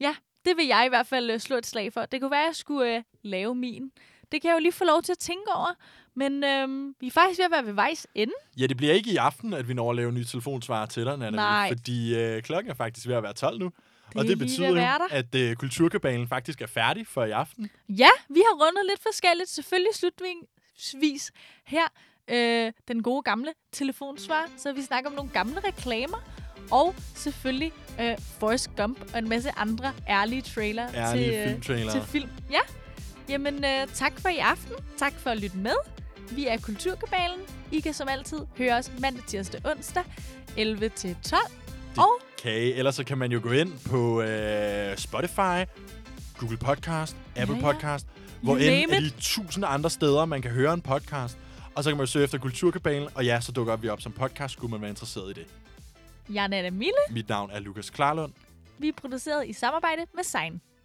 Speaker 1: Ja, det vil jeg i hvert fald øh, slå et slag for. Det kunne være, at jeg skulle øh, lave min. Det kan jeg jo lige få lov til at tænke over. Men øh, vi er faktisk ved at være ved vejs ende.
Speaker 2: Ja, det bliver ikke i aften, at vi når at lave nye telefonsvarer til dig, Natalie,
Speaker 1: Nej.
Speaker 2: fordi øh, klokken er faktisk ved at være 12 nu.
Speaker 1: er
Speaker 2: og
Speaker 1: lige
Speaker 2: det betyder
Speaker 1: ved at være
Speaker 2: jo, at øh, kulturkabalen faktisk er færdig for i aften.
Speaker 1: Ja, vi har rundet lidt forskelligt. Selvfølgelig slutvis her øh, den gode gamle telefonsvar. Så vi snakker om nogle gamle reklamer. Og selvfølgelig øh, Forrest Gump og en masse andre ærlige trailer
Speaker 2: Ærlige
Speaker 1: til, øh,
Speaker 2: filmtrailere.
Speaker 1: til film. Ja. Jamen, øh, tak for i aften. Tak for at lytte med. Vi er Kulturkabalen. I kan som altid høre os mandag, tirsdag, onsdag 11 til 12. Og
Speaker 2: Okay, ellers så kan man jo gå ind på øh, Spotify, Google Podcast, Apple
Speaker 1: Ja,
Speaker 2: ja,
Speaker 1: ja.
Speaker 2: ja. Podcast, hvor
Speaker 1: name
Speaker 2: end er de tusind andre steder, man kan høre en podcast. Og så kan man jo søge efter Kulturkabalen, og ja, så dukker vi op som podcast, skulle man være interesseret i det.
Speaker 1: jeg er Nana Mille.
Speaker 2: Mit navn er Lukas Klarlund.
Speaker 1: Vi er produceret i samarbejde med Sein.